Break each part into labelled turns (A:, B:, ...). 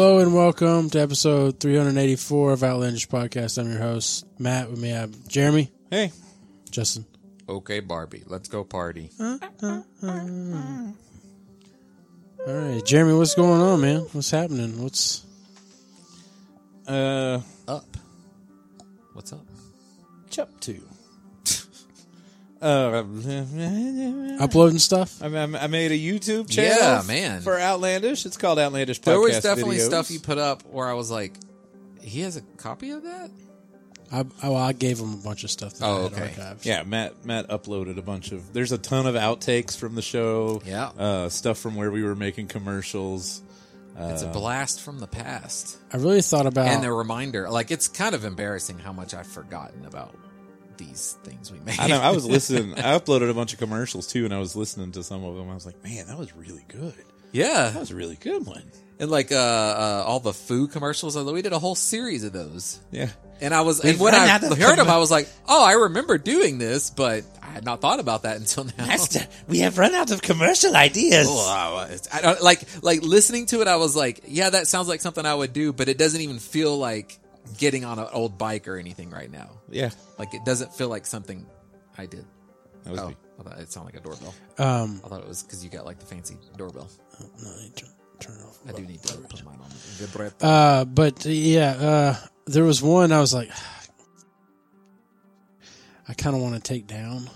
A: welcome to episode 384 of Outlandish Podcast. I'm your host, Matt. With me, I'm Jeremy,
B: Hey.
A: Justin.
B: Okay, Barbie, let's go party.
A: All right, Jeremy, what's going on, man? What's happening? What's
B: Uh,
C: up. What's up?
B: chup two. uh, I,
A: uploading stuff?
B: I, I made a YouTube channel.
C: Yeah, man.
B: For Outlandish, it's called Outlandish. Podcast
C: There was definitely
B: videos.
C: stuff you put up where I was like, he has a copy of that?
A: I, oh, I gave him a bunch of stuff. That
C: Oh,
A: I had
C: okay.
A: Archived.
B: Yeah, Matt. Matt uploaded a bunch of. There's a ton of outtakes from the show.
C: Yeah.
B: Uh, stuff from where we were making commercials.
C: It's a blast from the past.
A: I really thought about.
B: Oh.
C: And a reminder. Like, it's kind of embarrassing how much I've forgotten about these things we made.
B: I know. I was listening. I uploaded a bunch of commercials too, and I was listening to some of them. I was like, man, that was really good. That
C: yeah.
B: was a really good one.
C: And like uh, uh, all the foo commercials, we did a whole series of those.
B: Yeah.
C: And I was, and when
B: run
C: I
B: out of
C: heard them, I was like, oh, I remember doing this, but I had not thought about that until now.
B: we have run out of commercial ideas.
C: Wow, it's- Oh, I don't like like listening to it. I was like, yeah, that sounds like something I would do, but it doesn't even feel like getting on an old bike or anything right now.
B: Yeah.
C: Like it doesn't feel like something I did.
B: That was
C: Oh,
B: me.
C: I thought it sounded like a doorbell.
A: um,
C: I thought it was because you got like the fancy doorbell.
A: no, I need to turn it off.
C: I do need to put mine on vibrate.
A: Uh, but yeah, uh, there was one I was like, I kind of want to take down,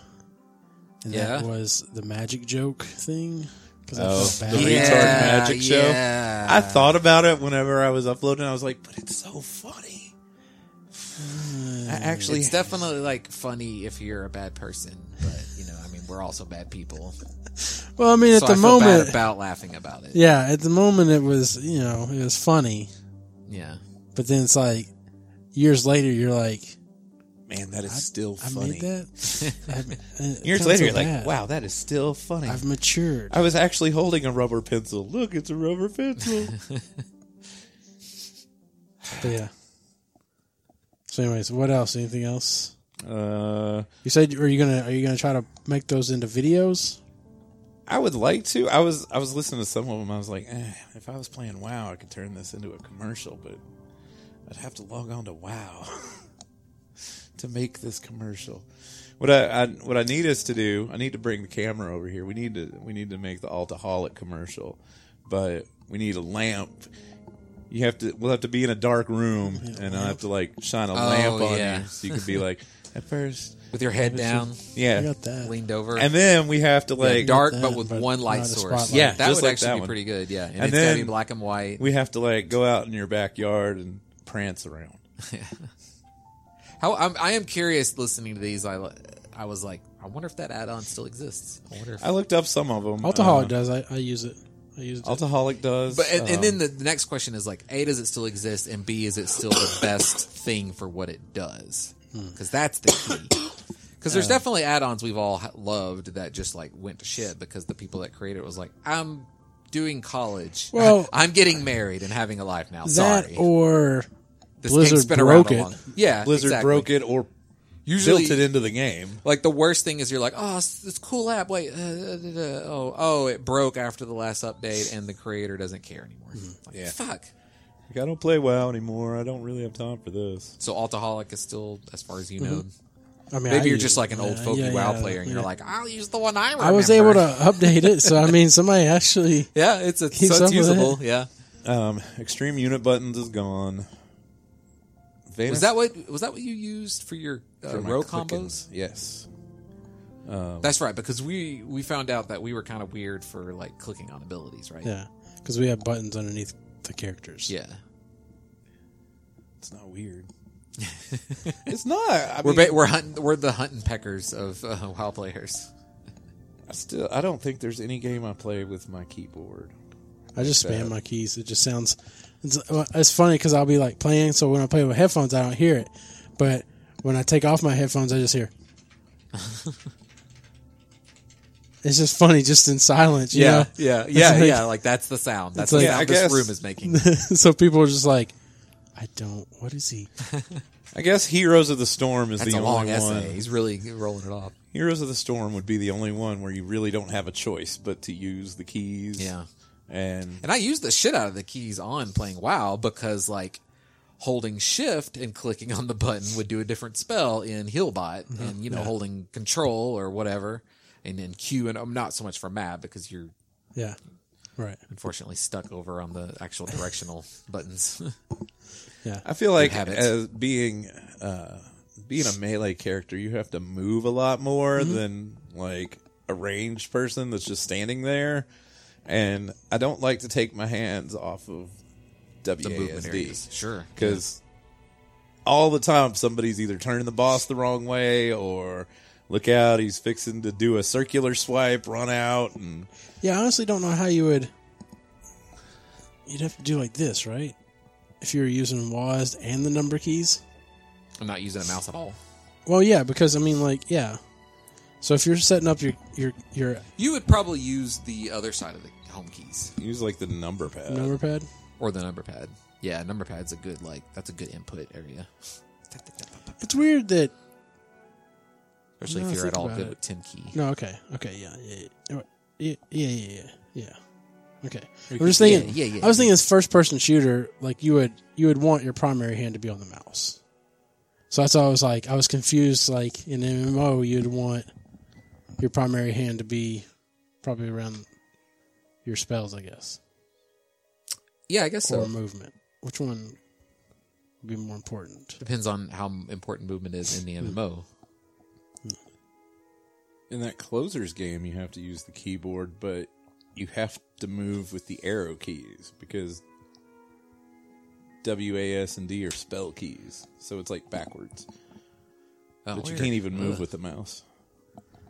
A: and
C: Yeah.
A: that was the magic joke thing because
B: Oh,
A: I felt
B: the
A: bad.
B: retard magic show.
C: Yeah.
B: I thought about it whenever I was uploading. I was like, but it's so funny. I actually,
C: it's definitely like funny if you're a bad person, but you know, I mean, we're also bad people.
A: Well, I mean, at
C: so
A: the
C: I feel
A: moment,
C: bad about laughing about it.
A: yeah, at the moment it was you know it was funny,
C: yeah.
A: but then it's like years later you're like,
B: man, that is still
A: I
B: funny.
A: made that. uh, I- it
B: Years
A: felt
B: later,
A: so
B: you're like,
A: bad.
B: wow, that is still funny.
A: I've matured.
B: I was actually holding a rubber pencil. Look, it's a rubber pencil.
A: But yeah. So, anyways, what else? Anything else?
B: uh,
A: You said, are you gonna are you gonna try to make those into videos?
B: I would like to. I was I was listening to some of them. I was like, eh, if I was playing WoW, I could turn this into a commercial, but I'd have to log on to WoW to make this commercial. What I, I what I need us to do, I need to bring the camera over here. We need to we need to make the altaholic commercial, but we need a lamp. You have to. We'll have to be in a dark room, and I'll have to like shine a lamp on
C: yeah.
B: you, so you can be like at first,
C: With your head down,
A: I
B: yeah.
A: got that.
C: leaned over.
B: And then we have to like
C: dark,
A: that,
C: but with
A: but
C: one light
A: not a
C: source.
A: spotlight. Yeah,
C: that
B: just
C: would
B: like
C: actually
B: that
C: be
B: one.
C: pretty good. Yeah, and,
B: And
C: it's got to be
B: then-
C: black and white.
B: we have to like go out in your backyard and prance around.
C: How I'm, I am curious listening to these. I I was like, I wonder if that add-on still exists. Uh, I wonder if.
B: I looked up some of them.
A: Alcoholic
B: Uh,
A: does. I, I use it. I use it.
B: Altaholic does.
C: but and,
B: um,
C: and then the, the next question is like, a does it still exist, and b is it still the best thing for what it does?
A: Hmm.
C: Because that's the key. Because there's definitely add-ons we've all ha- loved that just like went to shit because the people that created it was like, I'm doing college.
A: Well-
C: I'm getting married and having a life now.
A: that
C: Sorry,
A: or
C: this
A: Blizzard
C: game's been
A: broke
C: around
A: it.
C: a long. Yeah,
B: Blizzard
C: exactly.
B: broke it or
C: Usually,
B: built it into the game.
C: Like the worst thing is you're like, oh, it's, it's cool app. Wait, uh, uh, uh, uh, oh, oh, it broke after the last update, and the creator doesn't care anymore.
A: Mm-hmm.
C: Like,
B: Yeah.
C: fuck.
B: Like, I don't play WoW anymore. I don't really have time for this.
C: So Altaholic is still, as far as you know,
A: I mean, Mm-hmm. I
C: maybe you're
A: use
C: just
A: it. Uh,
C: like an old
A: Yeah,
C: folky
A: yeah,
C: WoW
A: yeah,
C: player, and
A: yeah.
C: you're like, I'll use the one I remember.
A: I was able to update it, so I mean, somebody actually.
C: Yeah, it's a,
A: Keeps
C: so
A: up
C: it's
A: with it.
C: usable. Yeah.
B: Um, Extreme Unit Buttons is gone. Vanus-
C: Was that what was that what you used for your uh,
B: for my
C: row
B: clicking. Oh.
C: combos?
B: Yes.
C: That's right, because we we found out that we were kind of weird for like clicking on abilities, right?
A: Yeah, because we have buttons underneath the characters.
C: Yeah.
B: It's not weird. it's not. I
C: We're
B: mean,
C: ba- we're hunting we're the hunting peckers of uh, WoW players.
B: I still. I don't think there's any game I play with my keyboard.
A: I just spam
C: uh,
B: Bad.
A: my keys. It just sounds. It's, it's funny because I'll be like playing, so when I play with headphones, I don't hear it, but when I take off my headphones, I just hear. it's just funny, just in silence. you know?
C: yeah,
A: It's
C: yeah,
A: like-
C: yeah. Like that's the sound. That's
A: like-
C: the
A: Yeah,
C: sound
B: I
C: this
B: guess.
C: room is making.
A: so people are just like, I don't. What is he?
B: I guess Heroes of the Storm is
C: That's
B: the
C: a long
B: only one.
C: essay. He's really rolling it off.
B: Heroes of the Storm would be the only one where you really don't have a choice but to use the keys.
C: Yeah.
B: and
C: And I used the shit out of the keys on playing WoW because like holding shift and clicking on the button would do a different spell in Healbot and you know holding control or whatever and then Q and um, not so much for map because you're
A: Yeah. Right.
C: unfortunately stuck over on the actual directional buttons.
B: I feel like
C: habits.
B: as being uh, being a melee character, you have to move a lot more
C: Mm-hmm.
B: than like a ranged person that's just standing there. And I don't like to take my hands off of
C: the movement areas.
B: WASD
C: Sure.
B: because all the time somebody's either turning the boss the wrong way or look out, he's fixing to do a circular swipe, run out, and
A: Yeah, I honestly don't know how you would. You'd have to do like this, right? If you were using WASD and the number keys.
C: I'm not using a mouse at all.
A: Well, yeah, because I mean, like, yeah. So if you're setting up your your your
C: You would probably use the other side of the home keys
B: use like the number pad.
A: number pad,
C: or the number pad. Yeah, number pad's a good like that's a good input area.
A: it's weird that
C: Especially
A: No,
C: if you're
A: think
C: at all
A: about
C: good
A: it.
C: with 10 key.
A: no, okay, okay, yeah, yeah, yeah, yeah, yeah, yeah, yeah. yeah. Okay, I'm
B: could-
A: just thinking.
C: yeah, yeah, yeah,
A: I was
C: yeah.
A: thinking, as first person shooter, like you would you would want your primary hand to be on the mouse. So that's why I was like, I was confused. Like in MMO, you'd want your primary hand to be probably around your spells, I guess,
C: Yeah, I guess
A: or
C: so.
A: movement. Which one would be more important?
C: Depends on how m- important movement is in the
B: Hmm.
C: MMO.
B: in that closers game you have to use the keyboard but you have to move with the arrow keys because was and d are spell keys so it's like backwards
C: Oh,
B: but you
C: weird.
B: can't e- even move
C: Ugh.
B: with the mouse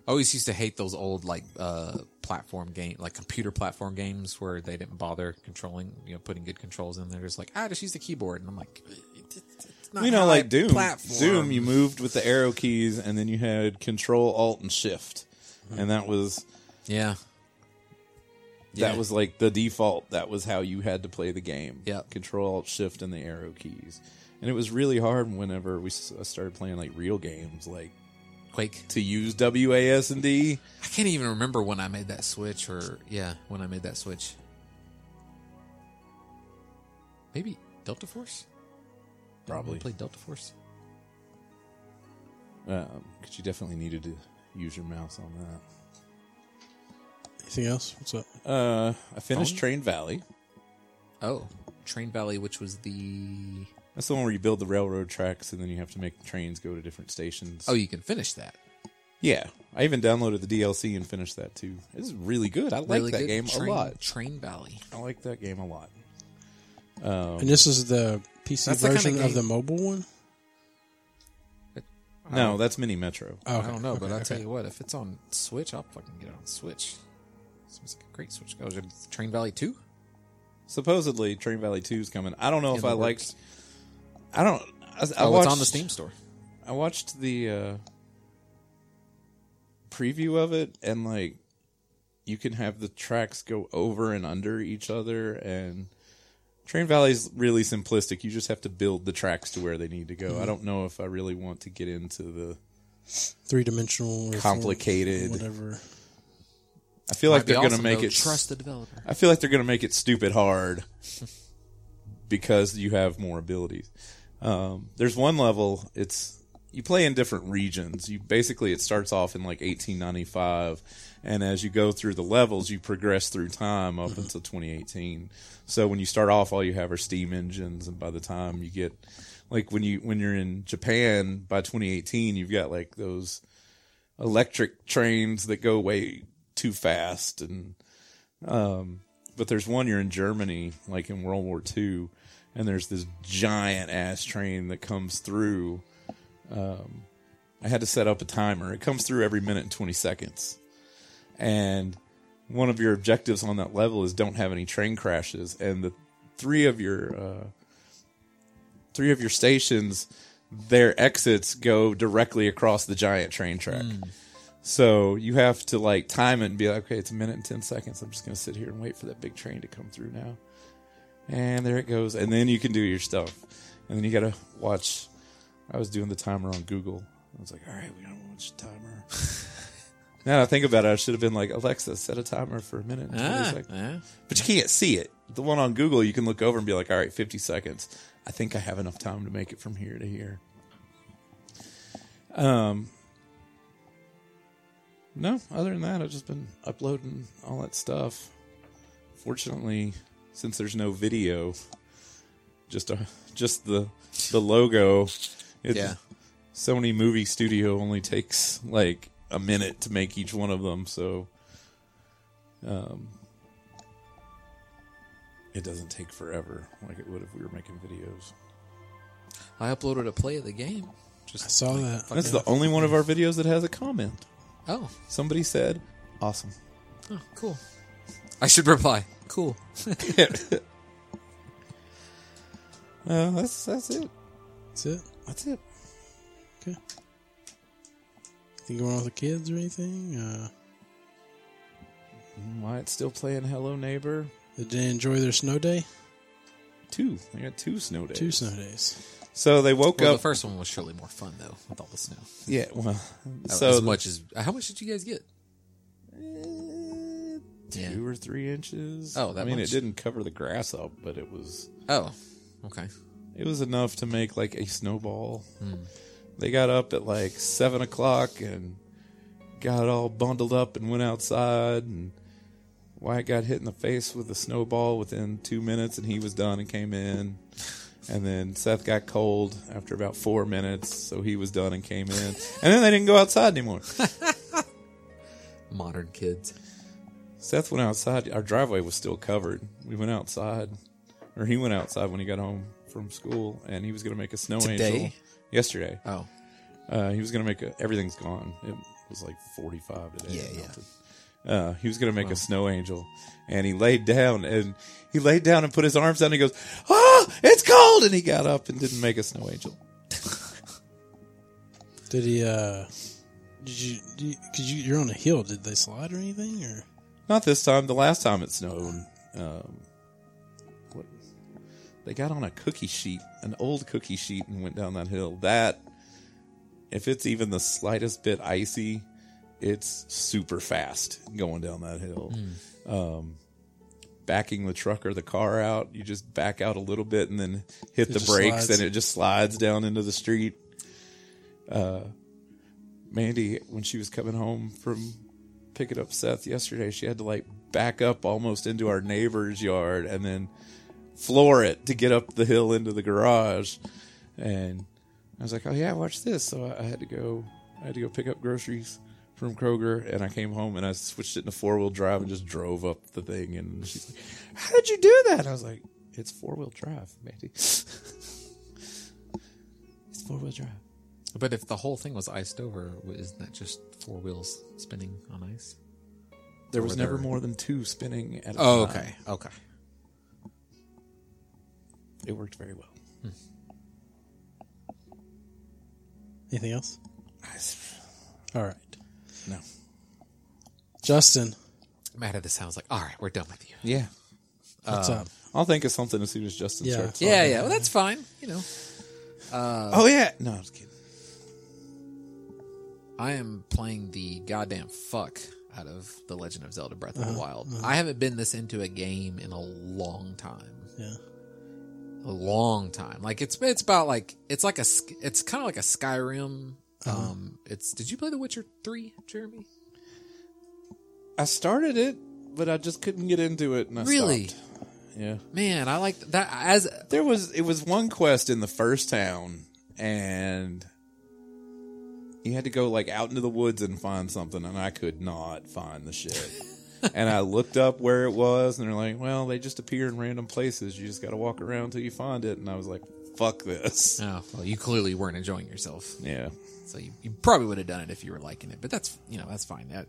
C: I always used to hate those old like uh, platform game, like computer platform games where they didn't bother controlling, you know, putting good controls in. They're just like, ah, just use the keyboard, and I'm like, it's not
B: you know
C: how I
B: like doom
C: platform.
B: doom you moved with the arrow keys and then you had control alt and shift and that was
C: yeah, Yeah.
B: that was like the default that was how you had to play the game
C: Yeah.
B: control alt shift and the arrow keys and it was really hard whenever we s- uh, started playing like real games like
C: Quake.
B: to use WAS and D.
C: I can't even remember when I made that switch, or yeah, when I made that switch. Maybe Delta Force.
B: Probably.
C: played Delta Force.
B: Um, cause you definitely needed to use your mouse on that.
A: Anything else? What's up?
B: Uh, I finished
C: Phone?
B: Train Valley.
C: Oh, Train Valley, which was the
B: That's the one where you build the railroad tracks and then you have to make the trains go to different stations.
C: oh, you can finish that.
B: yeah. I even downloaded the DLC and finished that too. It's really good. I like
C: Really
B: that
C: good
B: game
C: train,
B: a lot.
C: Train Valley.
B: I like that game a lot. Um,
A: And this is the PC
C: That's the kinda
A: version of
C: game-
A: the mobile one.
B: No, that's Mini Metro.
A: Oh,
C: I don't know, but I'll
A: okay.
C: tell you what, if it's on Switch, I'll fucking get it on Switch. Seems like a great Switch. Oh, is it Train Valley 2?
B: Supposedly Train Valley 2 is coming. I don't know if
C: the
B: I liked.
C: works.
B: I don't. I, I
C: oh,
B: watched,
C: it's on the Steam store.
B: I watched the uh, preview of it, and like you can have the tracks go over and under each other, and Train Valley's really simplistic. You just have to build the tracks to where they need to go.
C: Mm-hmm.
B: I don't know if I really want to get into the.
A: Three dimensional, or four-
B: Complicated.
A: whatever.
B: I feel like
C: Might be
B: they're going to
C: awesome,
B: make
C: though.
B: it.
C: Trust the developer.
B: I feel like they're going to make it stupid hard because you have more abilities. Um, there's one level. It's you play in different regions. You basically it starts off in like 1895, and as you go through the levels, you progress through time up until 2018. So when you start off, all you have are steam engines, and by the time you get like when you when you're in Japan by 2018, you've got like those electric trains that go way too fast and but there's one you're in Germany, like in World War II, and there's this giant ass train that comes through. Um, I had to set up a timer. It comes through every minute and 20 seconds. And one of your objectives on that level is don't have any train crashes. And the three of your uh, three of your stations, their exits go directly across the giant train track. So you have to like time it and be like, okay, it's a minute and 10 seconds. I'm just going to sit here and wait for that big train to come through now. And there it goes. And then you can do your stuff. And then you got to watch. I was doing the timer on Google. I was like, all right, we got to watch the timer. Now that I think about it, I should have been like Alexa, set a timer for a minute. And 20
C: Ah,
B: seconds.
C: yeah.
B: But you can't see it. The one on Google, you can look over and be like, all right, 50 seconds. I think I have enough time to make it from here to here. Um, no, other than that, I've just been uploading all that stuff. Fortunately, since there's no video, just a, just the the logo. It's,
C: Yeah.
B: Sony Movie Studio only takes like a minute to make each one of them, so um, it doesn't take forever like it would if we were making videos.
C: I uploaded a play of the game. Just
A: I saw that.
B: That's the only one of our videos that has a comment.
C: oh,
B: Somebody said, "Awesome."
C: oh, cool. I should reply. Cool.
B: Uh, that's that's it.
A: That's it.
B: That's it.
A: Okay. Anything going on with the kids or anything? Uh,
B: Wyatt's still playing Hello Neighbor
A: did they enjoy their snow day?
B: two. They got two snow days.
A: Two snow days.
B: So they woke
C: Well, the
B: up.
C: first one was surely more fun though, with all the snow.
B: yeah. Well,
C: So
B: so
C: as much as how much did you guys get?
B: eh, two
C: Yeah.
B: or three inches.
C: Oh, that
B: I mean,
C: much?
B: it didn't cover the grass up, but it was
C: Oh, okay.
B: It was enough to make like a snowball. They got up at like seven o'clock and got all bundled up and went outside. And Wyatt got hit in the face with a snowball within two minutes, and he was done and came in. And then Seth got cold after about four minutes, so he was done and came in. And then they didn't go outside anymore.
C: Modern kids.
B: Seth went outside. Our driveway was still covered. We went outside, or he went outside when he got home from school, and he was going to make a snow
C: Today?
B: angel yesterday.
C: Oh,
B: Uh, he was gonna make a everything's gone. It was like forty five today.
C: Yeah,
B: It
C: yeah.
B: melted. Uh, he was gonna make a snow angel, and he laid down and he laid down and put his arms down. and He goes, "Oh, it's cold!" And he got up and didn't make a snow angel.
A: Did he? uh Did you? Did you Cause you, you're on a hill. Did they slide or anything? Or
B: Not this time. The last time it snowed, um, what, they got on a cookie sheet, an old cookie sheet, and went down that hill. That, if it's even the slightest bit icy, it's super fast going down that hill.
A: Hmm.
B: Um, backing the truck or the car out, you just back out a little bit and then hit the
A: just
B: brakes,
A: slides.
B: and it just slides down into the street. Uh, Mandy, when she was coming home from picking up Seth yesterday, she had to like back up almost into our neighbor's yard and then floor it to get up the hill into the garage. And I was like, "Oh yeah, watch this." So I- I had to go. I had to go pick up groceries from Kroger, and I came home and I switched it into four wheel drive and just drove up the thing. And she's like, "How did you do that?" I was like, "It's four wheel drive, Mandy. it's four wheel drive."
C: but if the whole thing was iced over, isn't that just four wheels spinning on ice?
B: There was
C: Or
B: never
C: there-
B: more than two spinning at a
C: Oh,
B: time.
C: okay, okay.
B: It worked very well.
A: anything else?
B: I s-
A: All right,
B: No.
A: Justin,
C: Matt at the sounds like, all right, we're done with you.
B: Yeah.
A: what's
C: Uh,
A: up?
B: I'll think of something as soon as Justin
A: Yeah.
B: starts.
C: Yeah, yeah. Well, that's fine. You know,
B: oh, yeah. No, I'm just kidding.
C: I am playing the goddamn fuck out of The Legend of Zelda Breath of the Wild. I haven't been this into a game in a long time.
A: Yeah,
C: a long time. Like it's it's about like it's like a sk- it's kind of like a Skyrim. Um, it's did you play The Witcher three, Jeremy?
B: I started it, but I just couldn't get into it. And I
C: Really?
B: stopped. Yeah.
C: Man, I like that as
B: There was, it was one quest in the first town, and you had to go like out into the woods and find something, and I could not find the shit. and I looked up where it was, and they're like, well, they just appear in random places. You just got to walk around till you find it. And I was like, fuck this.
C: oh well, you clearly weren't enjoying yourself,
B: Yeah.
C: so you, you probably would have done it if you were liking it. But that's you know that's fine. That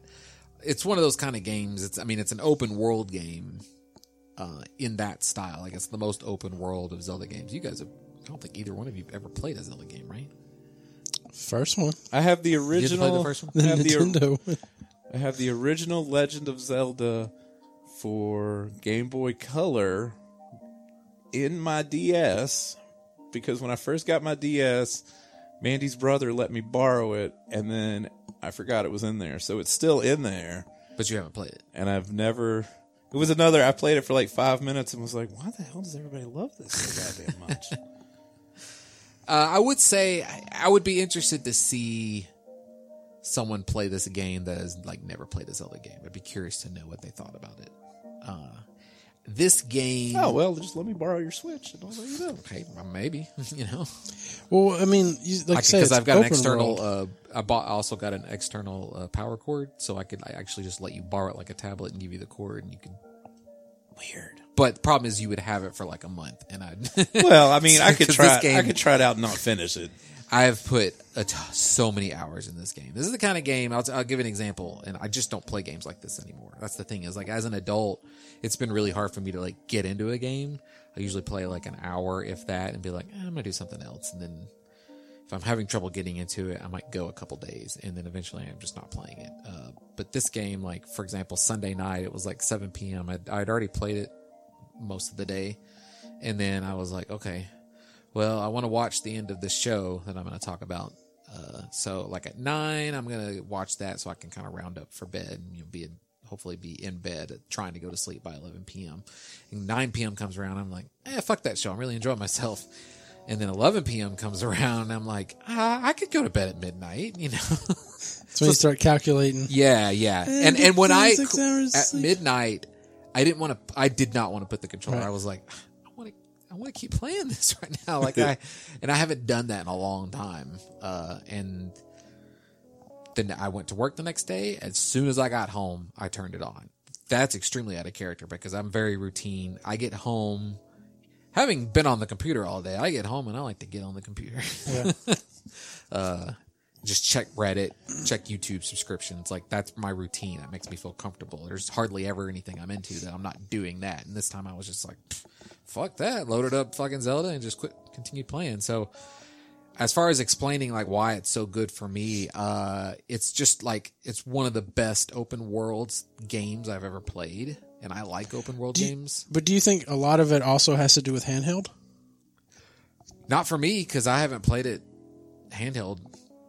C: it's one of those kind of games. It's I mean it's an open world game, uh, in that style. Like it's the most open world of Zelda games. You guys have. I don't think either one of you ever played a Zelda game, right?
A: first one.
B: I have the
C: play the
B: original.
C: first one?
B: I have the,
A: Nintendo. one.
B: I have the original Legend of Zelda for Game Boy Color in my DS because when I first got my DS, Mandy's brother let me borrow it, and then I forgot it was in there. So it's still in there.
C: but you haven't played it.
B: and I've never. It was another. I played it for like five minutes and was like, "Why the hell does everybody love this so goddamn much?"
C: Uh, I would say I, I would be interested to see someone play this game that has like never played a Zelda game. I'd be curious to know what they thought about it. Uh, this game,
B: oh well, just let me borrow your Switch and I'll let you know.
C: okay, well, maybe you know,
A: Well, I mean, you, like I said, it's
C: because I've got an
A: open
C: external.
A: world.
C: Uh, I bought I also got an external uh, power cord, so I could I actually just let you borrow it like a tablet and give you the cord, and you could.
B: Weird.
C: But the problem is, you would have it for like a month, and I'd
B: Well, I mean, I could
C: 'Cause
B: try.
C: this game-
B: I could try it out and not finish it.
C: I've put a t- so many hours in this game. This is the kind of game I'll, I'll give an example, and I just don't play games like this anymore. That's the thing is like as an adult, it's been really hard for me to like get into a game. I usually play like an hour, if that, and be like, "Eh, I'm gonna do something else, and then if I'm having trouble getting into it, I might go a couple days, and then eventually I'm just not playing it. Uh, but this game, like for example, Sunday night, it was like 7 p.m. I'd, I'd already played it most of the day. And then I was like, okay, well, I want to watch the end of this show that I'm going to talk about. Uh, so, like at nine, I'm going to watch that so I can kind of round up for bed and you know, be in, hopefully be in bed uh, trying to go to sleep by 11 p.m. And 9 p.m. comes around, I'm like, eh, fuck that show. I'm really enjoying myself. And then 11 p.m. comes around, and I'm like, ah, I could go to bed at midnight, you know?
A: That's when you start calculating.
C: Yeah, yeah. And
A: get
C: and when I
A: 26 hours
C: at
A: sleep.
C: midnight, I didn't want to. I did not want to put the controller.
A: Right.
C: I was like, I want to. I want to keep playing this right now. Like I, and I haven't done that in a long time. Uh, and then I went to work the next day. As soon as I got home, I turned it on. That's extremely out of character because I'm very routine. I get home, having been on the computer all day. I get home and I like to get on the computer. just check Reddit, check YouTube subscriptions. Like that's my routine. That makes me feel comfortable. There's hardly ever anything I'm into that I'm not doing that. And this time I was just like, "Pff, fuck that. Loaded up fucking Zelda and just quit, continued playing. So as far as explaining like why it's so good for me, uh, it's just like it's one of the best open worlds games I've ever played, and I like open world games.
A: But do you think a lot of it also has to do with handheld?
C: Not for me because I haven't played it handheld.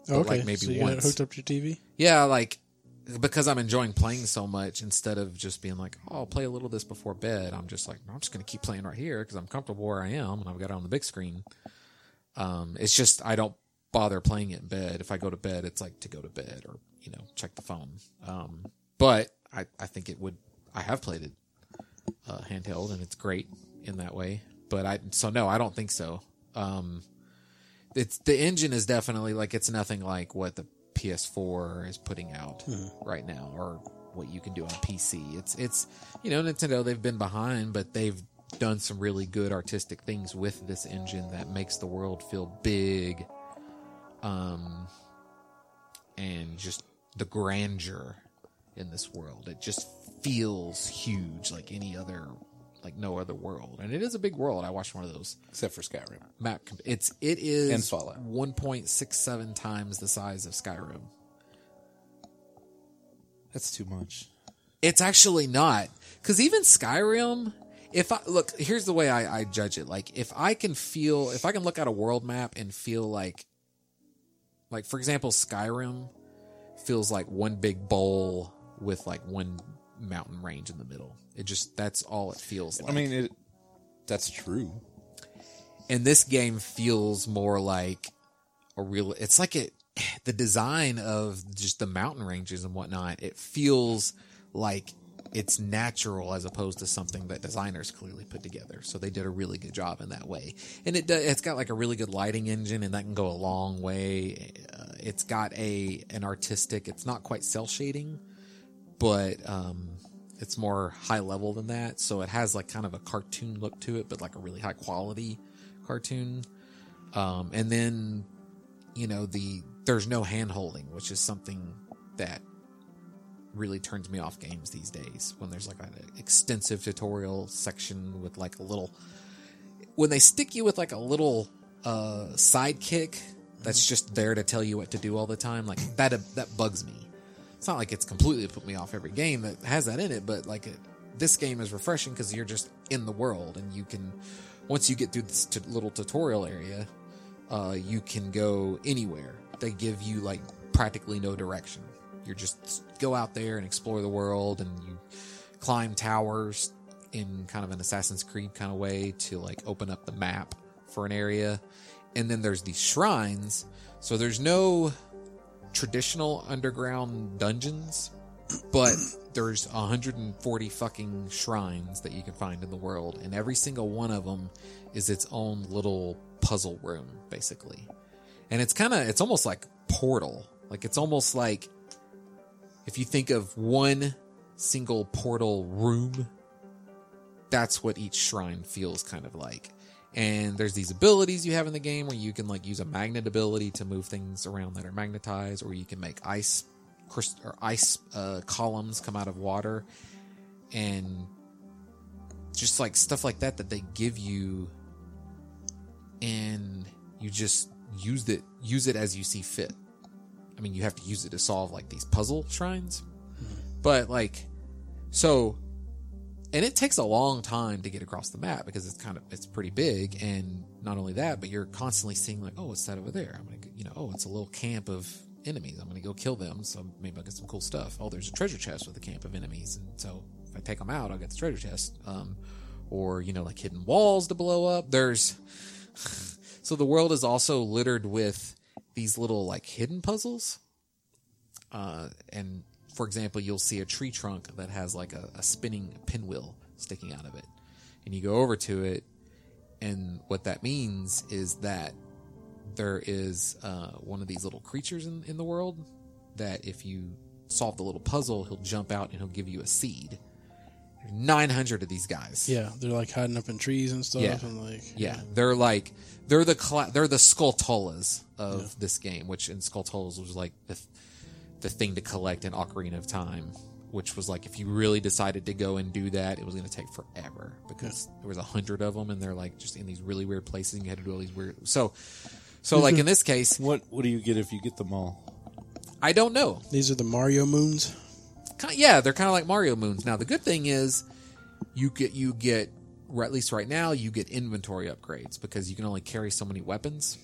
C: but,
A: okay,
C: like maybe
A: so you got it
C: once.
A: hooked up to your TV.
C: Yeah, like because I'm enjoying playing so much, instead of just being like, "Oh, I'll play a little of this before bed," I'm just like, "No, I'm just gonna keep playing right here because I'm comfortable where I am and I've got it on the big screen." Um, it's just I don't bother playing it in bed. If I go to bed, it's like to go to bed or you know check the phone. Um, but I I think it would. I have played it uh, handheld and it's great in that way. But I so no, I don't think so. Um, it's the engine is definitely like it's nothing like what the PS4 is putting out right now or what you can do on PC. It's it's you know Nintendo they've been behind but they've done some really good artistic things with this engine that makes the world feel big um and just the grandeur in this world. It just feels huge like any other like no other world. And it is a big world. I watched one of those
B: Except for Skyrim.
C: map. Comp- it's it is
B: And Fallout.
C: 1.67 times the size of Skyrim.
B: That's too much.
C: It's actually not because even Skyrim. If I look, here's the way I, I judge it. Like if I can feel, if I can look at a world map and feel like, like for example, Skyrim feels like one big bowl with like one mountain range in the middle. It just that's all it feels like.
B: I mean, it. That's true.
C: and this game feels more like a real it's like it the design of just the mountain ranges and whatnot it feels like it's natural as opposed to something that designers clearly put together so they did a really good job in that way and it do- it's got like a really good lighting engine and that can go a long way uh, it's got a an artistic it's not quite cell shading but um, it's more high level than that. So it has like kind of a cartoon look to it, but like a really high quality cartoon. Um, and then, you know, the there's no hand holding, which is something that really turns me off games these days when there's like an extensive tutorial section with like a little when they stick you with like a little uh, sidekick that's just there to tell you what to do all the time, like that that bugs me. It's not like it's completely put me off every game that has that in it, but like it, this game is refreshing because you're just in the world and you can once you get through this t- little tutorial area, uh, you can go anywhere. They give you like practically no direction. You're just go out there and explore the world and you climb towers in kind of an Assassin's Creed kind of way to like open up the map for an area. And then there's these shrines. So there's no traditional underground dungeons, but there's 140 fucking shrines that you can find in the world, and every single one of them is its own little puzzle room, basically. And it's kind of, it's almost like Portal. Like, it's almost like if you think of one single portal room, that's what each shrine feels kind of like. And there's these abilities you have in the game where you can like use a magnet ability to move things around that are magnetized, or you can make ice crys- or ice uh, columns come out of water, and just like stuff like that that they give you, and you just use it use it as you see fit. I mean, you have to use it to solve like these puzzle shrines, but like so and it takes a long time to get across the map because it's kind of it's pretty big and not only that but you're constantly seeing like oh what's that over there i'm gonna go- you know oh it's a little camp of enemies i'm gonna go kill them so maybe i'll get some cool stuff oh there's a treasure chest with a camp of enemies and so if i take them out i'll get the treasure chest um, or you know like hidden walls to blow up there's so the world is also littered with these little like hidden puzzles uh, and for example, you'll see a tree trunk that has like a, a spinning pinwheel sticking out of it, and you go over to it, and what that means is that there is uh, one of these little creatures in, in the world that if you solve the little puzzle, he'll jump out and he'll give you a seed. Nine hundred of these guys.
A: Yeah, they're like hiding up in trees and stuff,
C: Yeah.
A: and like
C: Yeah, they're like they're the cla they're the Skulltulas of this game, which in Skulltulas was like the th- the thing to collect in Ocarina of Time, which was like if you really decided to go and do that, it was going to take forever because there was a hundred of them, and they're like just in these really weird places, and you had to do all these weird. So, so like in this case,
B: What What do you get if you get them all?
C: I don't know.
A: these are the Mario moons.
C: Ki- yeah, they're kind of like Mario moons. Now the good thing is, you get you get or at least right now you get inventory upgrades because you can only carry so many weapons.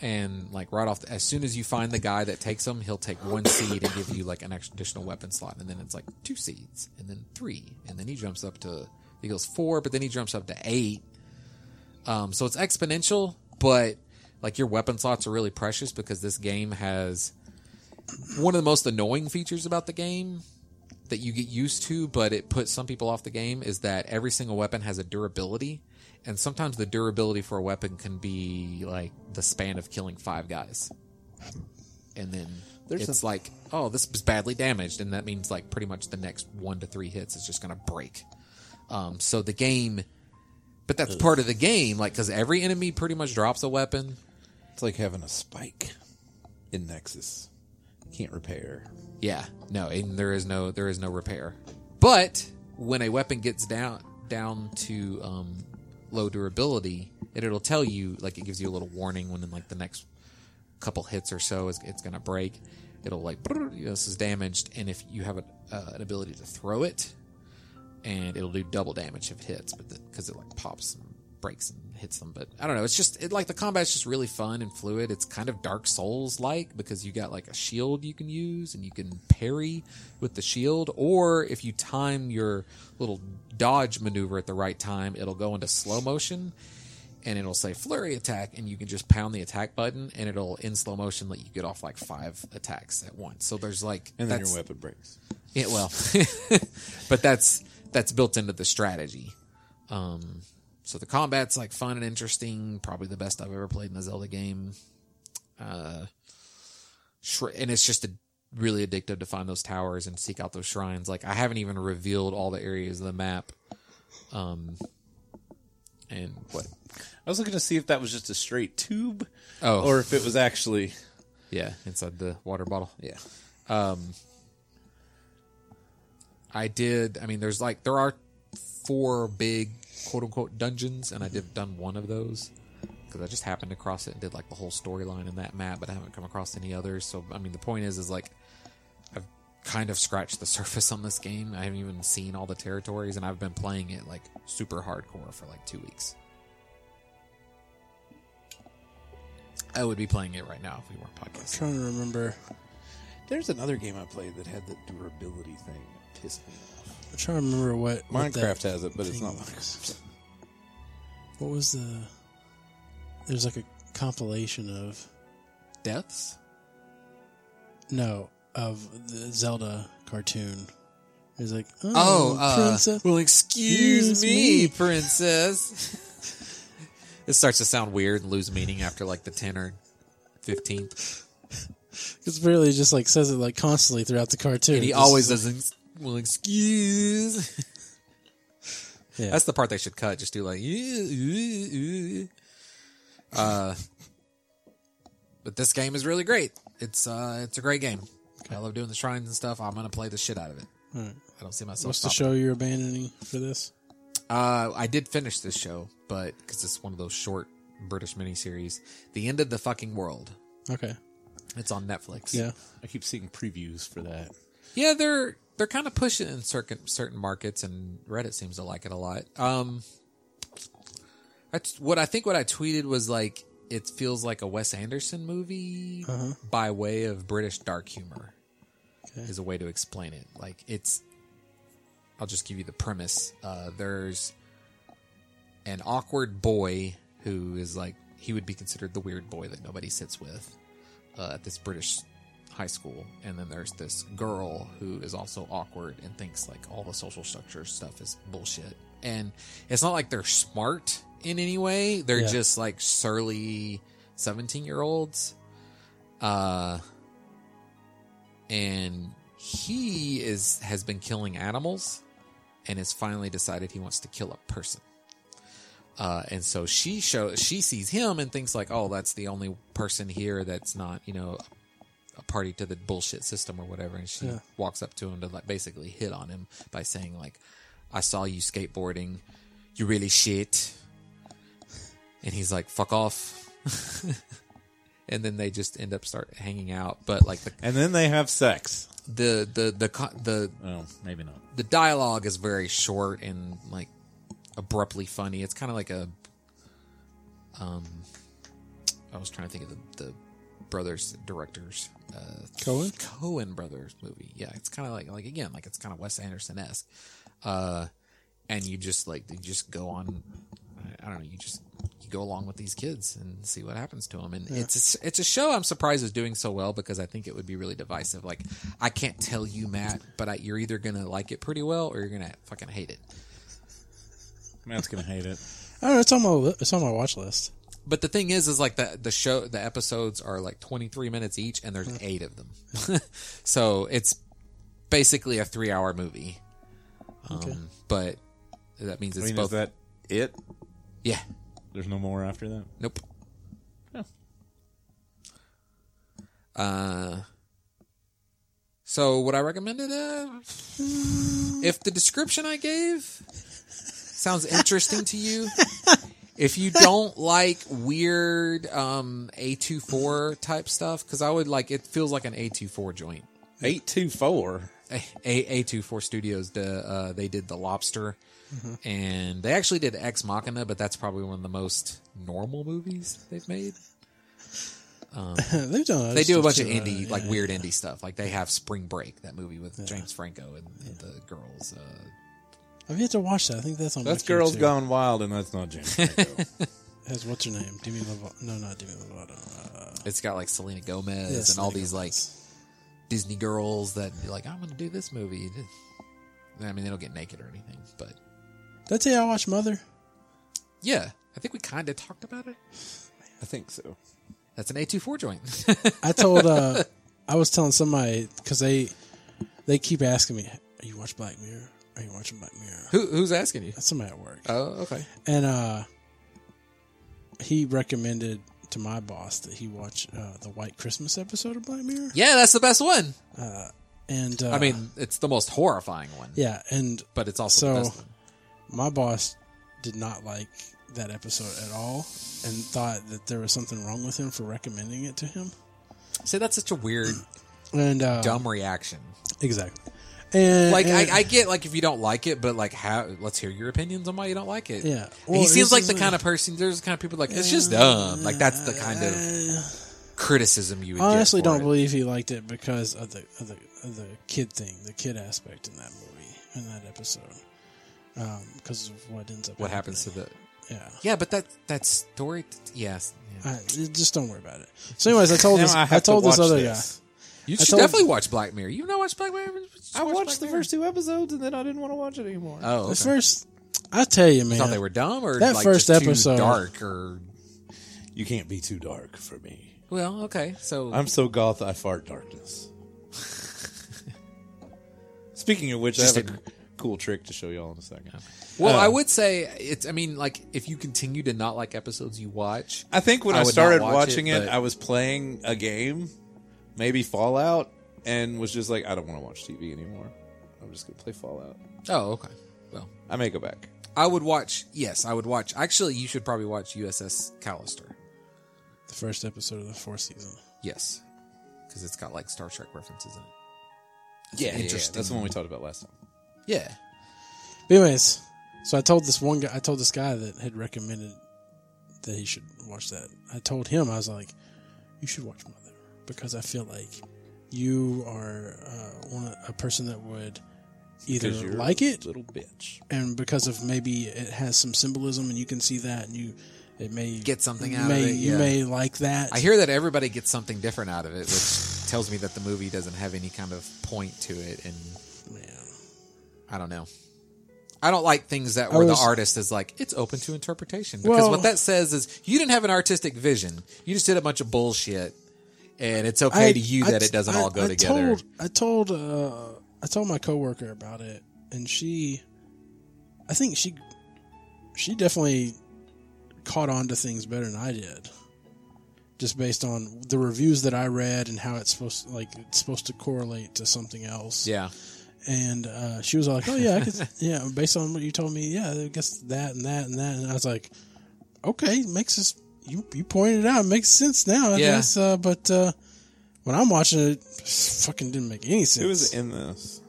C: And like right off, the, as soon as you find the guy that takes them, he'll take one seed and give you like an extra additional weapon slot, and then it's like two seeds, and then three, and then he jumps up to he goes four, but then he jumps up to eight. Um, so it's exponential, but like your weapon slots are really precious because this game has one of the most annoying features about the game that you get used to, but it puts some people off the game is that every single weapon has a durability, and sometimes the durability for a weapon can be like the span of killing five guys, and then
B: There's
C: it's like, oh, this was badly damaged, and that means like pretty much the next one to three hits is just going to break. Um, so the game, but that's part of the game, like because every enemy pretty much drops a weapon.
B: It's like having a spike in Nexus. Can't repair.
C: Yeah, no, and there is no there is no repair. But when a weapon gets down down to um, low durability, it, it'll tell you like it gives you a little warning when in like the next couple hits or so it's, it's gonna break. It'll like "Brrr, you know, this is damaged, and if you have a, uh, an ability to throw it, and it'll do double damage if it hits, but because it like pops and breaks and hits them. But I don't know. It's just it, like the combat's just really fun and fluid. It's kind of Dark Souls like because you got like a shield you can use and you can parry with the shield, or if you time your little dodge maneuver at the right time, it'll go into slow motion. And it'll say flurry attack, and you can just pound the attack button, and it'll in slow motion let you get off like five attacks at once. So there's like
B: And then
C: that's-
B: your weapon breaks.
C: yeah, well, but that's that's built into the strategy. Um, so the combat's like fun and interesting. Probably the best I've ever played in a Zelda game. Uh, shri- and it's just a, really addictive to find those towers and seek out those shrines. Like I haven't even revealed all the areas of the map. Um, and what?
B: I was looking to see if that was just a straight tube,
C: Oh.
B: or if it was actually
C: Yeah, inside the water bottle.
B: yeah.
C: I did. I mean, there's like there are four big quote unquote dungeons, and I did done one of those because I just happened across it and did like the whole storyline in that map, but I haven't come across any others. So I mean, the point is, is like I've kind of scratched the surface on this game. I haven't even seen all the territories, and I've been playing it like super hardcore for like two weeks. I would be playing it right now if we weren't podcasting.
A: trying to remember.
B: There's another game I played that had the durability thing. It pissed me off.
A: I'm trying to remember what what that
B: Minecraft has it, but it's
A: thing
B: not
A: was.
B: Minecraft.
A: What was the? There's like a compilation of
C: Deaths?
A: no of the Zelda cartoon. It's like oh,
C: Oh, uh,
A: princess.
C: well, excuse
A: Excuse
C: me,
A: me.
C: princess. it starts to sound weird and lose meaning after like the 10 or 15th.
A: It's really just like says it like constantly throughout the cartoon.
C: And he
A: Just-
C: always doesn't. Well, excuse.
A: Yeah.
C: That's the part they should cut. Just do like. "Ew, ew, ew." Uh, but this game is really great. It's uh, it's a great game. I love doing the shrines and stuff. I'm gonna play the shit out of it. I don't see myself.
A: what's the show
C: stopping.
A: you're abandoning for this?
C: Uh, I did finish this show, but because it's one of those short British miniseries, "The End of the Fucking World."
A: Okay,
C: It's on Netflix.
A: yeah,
B: I keep seeing previews for that.
C: Yeah, they're they're kind of pushing it in certain certain markets, and Reddit seems to like it a lot. Um, I t- what I think what I tweeted was like it feels like a Wes Anderson movie by way of British dark humor is a way to explain it. Like it's, I'll just give you the premise. Uh, there's an awkward boy who is like he would be considered the weird boy that nobody sits with uh, at this British high school, and then there's this girl who is also awkward and thinks like all the social structure stuff is bullshit. And it's not like they're smart in any way; they're
A: Yeah.
C: just like surly seventeen year olds. Uh, and he is has been killing animals, and has finally decided he wants to kill a person. Uh, and so she shows she sees him and thinks like, oh, that's the only person here that's not you know a party to the bullshit system or whatever. And she walks up to him to like basically hit on him by saying like, I saw you skateboarding, you really shit. And he's like, fuck off. and then they just end up start hanging out, but like the
B: And then they have sex.
C: the the the co- the
B: Oh, maybe not.
C: the dialogue is very short and like abruptly funny. It's kind of like a um I was trying to think of the, the brothers directors uh
A: Cohen?
C: Cohen brothers movie. Yeah, it's kind of like like again like it's kind of Wes Anderson-esque. Uh and you just like you just go on I- I don't know, you just you go along with these kids and see what happens to them. And it's it's a show I'm surprised is doing so well because I think it would be really divisive. Like I can't tell you, Matt, but I, you're either gonna like it pretty well or you're gonna fucking hate it.
B: Matt's gonna hate it.
A: I don't know. It's on my li- it's on my watch list.
C: But the thing is, is like the the show, the episodes are like 23 minutes each, and there's eight of them, so it's basically a three hour movie. Um, But that means
B: I
C: it's
B: mean,
C: both.
B: is that it?
C: yeah.
B: There's no more after that.
C: Nope.
B: Oh.
C: Uh. So would I recommend it? Uh, if the description I gave sounds interesting to you, if you don't like weird um A24 type stuff, because I would like it feels like an A24 joint.
B: Eight two four.
C: A A two four Studios. The, uh, they did the Lobster, and they actually did Ex Machina, but that's probably one of the most normal movies they've made.
A: They've done.
C: They do a bunch of
A: indie.
C: indie, like weird indie stuff. Like they have Spring Break, that movie with James Franco and, and the girls. Uh,
A: I've yet to watch that. I think that's on.
B: That's
A: my queue,
B: girls
A: too.
B: gone wild, and that's not James. Franco.
A: Has what's her name? Demi Lovato? No, not Demi Lovato.
C: it's got like Selena Gomez
A: Yeah,
C: and
A: Selena
C: all these
A: Gomez.
C: like Disney girls that be like I'm going to do this movie. I mean, they don't get naked or anything, but
A: Did I tell you I watched Mother?
C: yeah, I think we kind of talked about it.
B: I think so.
C: That's an A24 joint.
A: I told. uh I was telling somebody because they they keep asking me, "Are you watch Black Mirror? Are you watching Black Mirror?"
C: Who, who's asking you?
A: That's somebody at work,
C: Oh, okay.
A: and uh he recommended to my boss that he watch uh, the White Christmas episode of Black Mirror.
C: Yeah, that's the best one.
A: And uh,
C: I mean, it's the most horrifying one,
A: yeah, and
C: but it's also the
A: So-
C: best one.
A: my boss did not like that episode at all and thought that there was something wrong with him for recommending it to him.
C: See, that's such a weird,
A: And uh,
C: dumb reaction.
A: Exactly. And
C: Like
A: and-
C: I, I get like if you don't like it, but like how let's hear your opinions on why you don't like it.
A: Yeah.
C: And
A: Well,
C: he
A: this
C: seems like
A: is
C: the
A: a-
C: kind of person. There's the kind of people like it's just dumb. Like that's the kind of criticism you would
A: I honestly
C: get for
A: don't
C: it.
A: believe he liked it because of the of the of the kid thing, the kid aspect in that movie in that episode. Because of what ends up
C: what happens to the.
A: yeah.
C: Yeah, but that that story. Yes, yeah.
A: I, just don't worry about it. So, anyways, I told this.
B: Now
A: I,
B: have to
A: told this
B: watch
A: other
C: you
A: I
C: should
A: told-
C: definitely watch Black Mirror. You know, watch Black Mirror. Just
B: I
C: watch
B: watched
C: Black
B: the
C: Mirror.
B: first two episodes and then I didn't want to watch it anymore.
C: Oh,
A: guy.
C: okay.
A: The first, I tell you, man,
C: thought they were dumb or
A: That
C: like,
A: first
C: just too
A: episode-
C: dark or
B: You can't be too dark for me.
C: well, okay. So
B: I'm so goth I fart darkness. Speaking of which,
C: Just
B: I have a
C: a-
B: cool trick to show y'all in a second.
C: well,
B: Uh,
C: I would say it's. I mean, like if you continue to not like episodes you watch,
B: I think when
C: I
B: I,
C: would not
B: started
C: watch
B: watching
C: it,
B: it,
C: but-
B: I was playing a game, maybe Fallout, and was just like, I don't want to watch TV anymore. I'm just gonna play Fallout.
C: oh, okay. Well,
B: I may go back.
C: I would watch. Yes, I would watch. Actually, you should probably watch USS Callister.
A: the first episode of the fourth season.
C: Yes, because it's got like Star Trek references in it.
B: Yeah,
C: interesting.
B: That's the one we talked about last time.
C: Yeah.
A: But anyways, so I told this one guy, I told this guy that had recommended that he should watch that. I told him, I was like, you should watch Mother because I feel like you are uh, one, a person that would either
B: 'Cause you're
A: like
B: a
A: it
B: little bitch.
A: and because of maybe it has some symbolism and you can see that and you it may
C: Get something
A: you
C: out of
A: may,
C: it,
A: You
C: yeah.
A: may like that.
C: I hear that everybody gets something different out of it, which tells me that the movie doesn't have any kind of point to it. And
A: Man.
C: I don't know. I don't like things that where
A: was-
C: the artist is like, it's open to interpretation. Because
A: Well-
C: what that says is you didn't have an artistic vision. You just did a bunch of bullshit. And it's okay to you that
A: t-
C: it doesn't
A: I-
C: all go
A: I
C: together.
A: Told, I told uh, I told my coworker about it, and she, I think she, she definitely caught on to things better than I did, just based on the reviews that I read and how it's supposed like it's supposed to correlate to something else.
C: yeah.
A: And uh, she was like, "Oh yeah, I could, yeah." Based on what you told me, yeah, I guess that and that and that, and I was like, "Okay, makes us." You you pointed it out, it makes sense now. I
C: Yeah.
A: guess, uh, but uh, when I'm watching it, it fucking didn't make any sense.
B: Who was in this?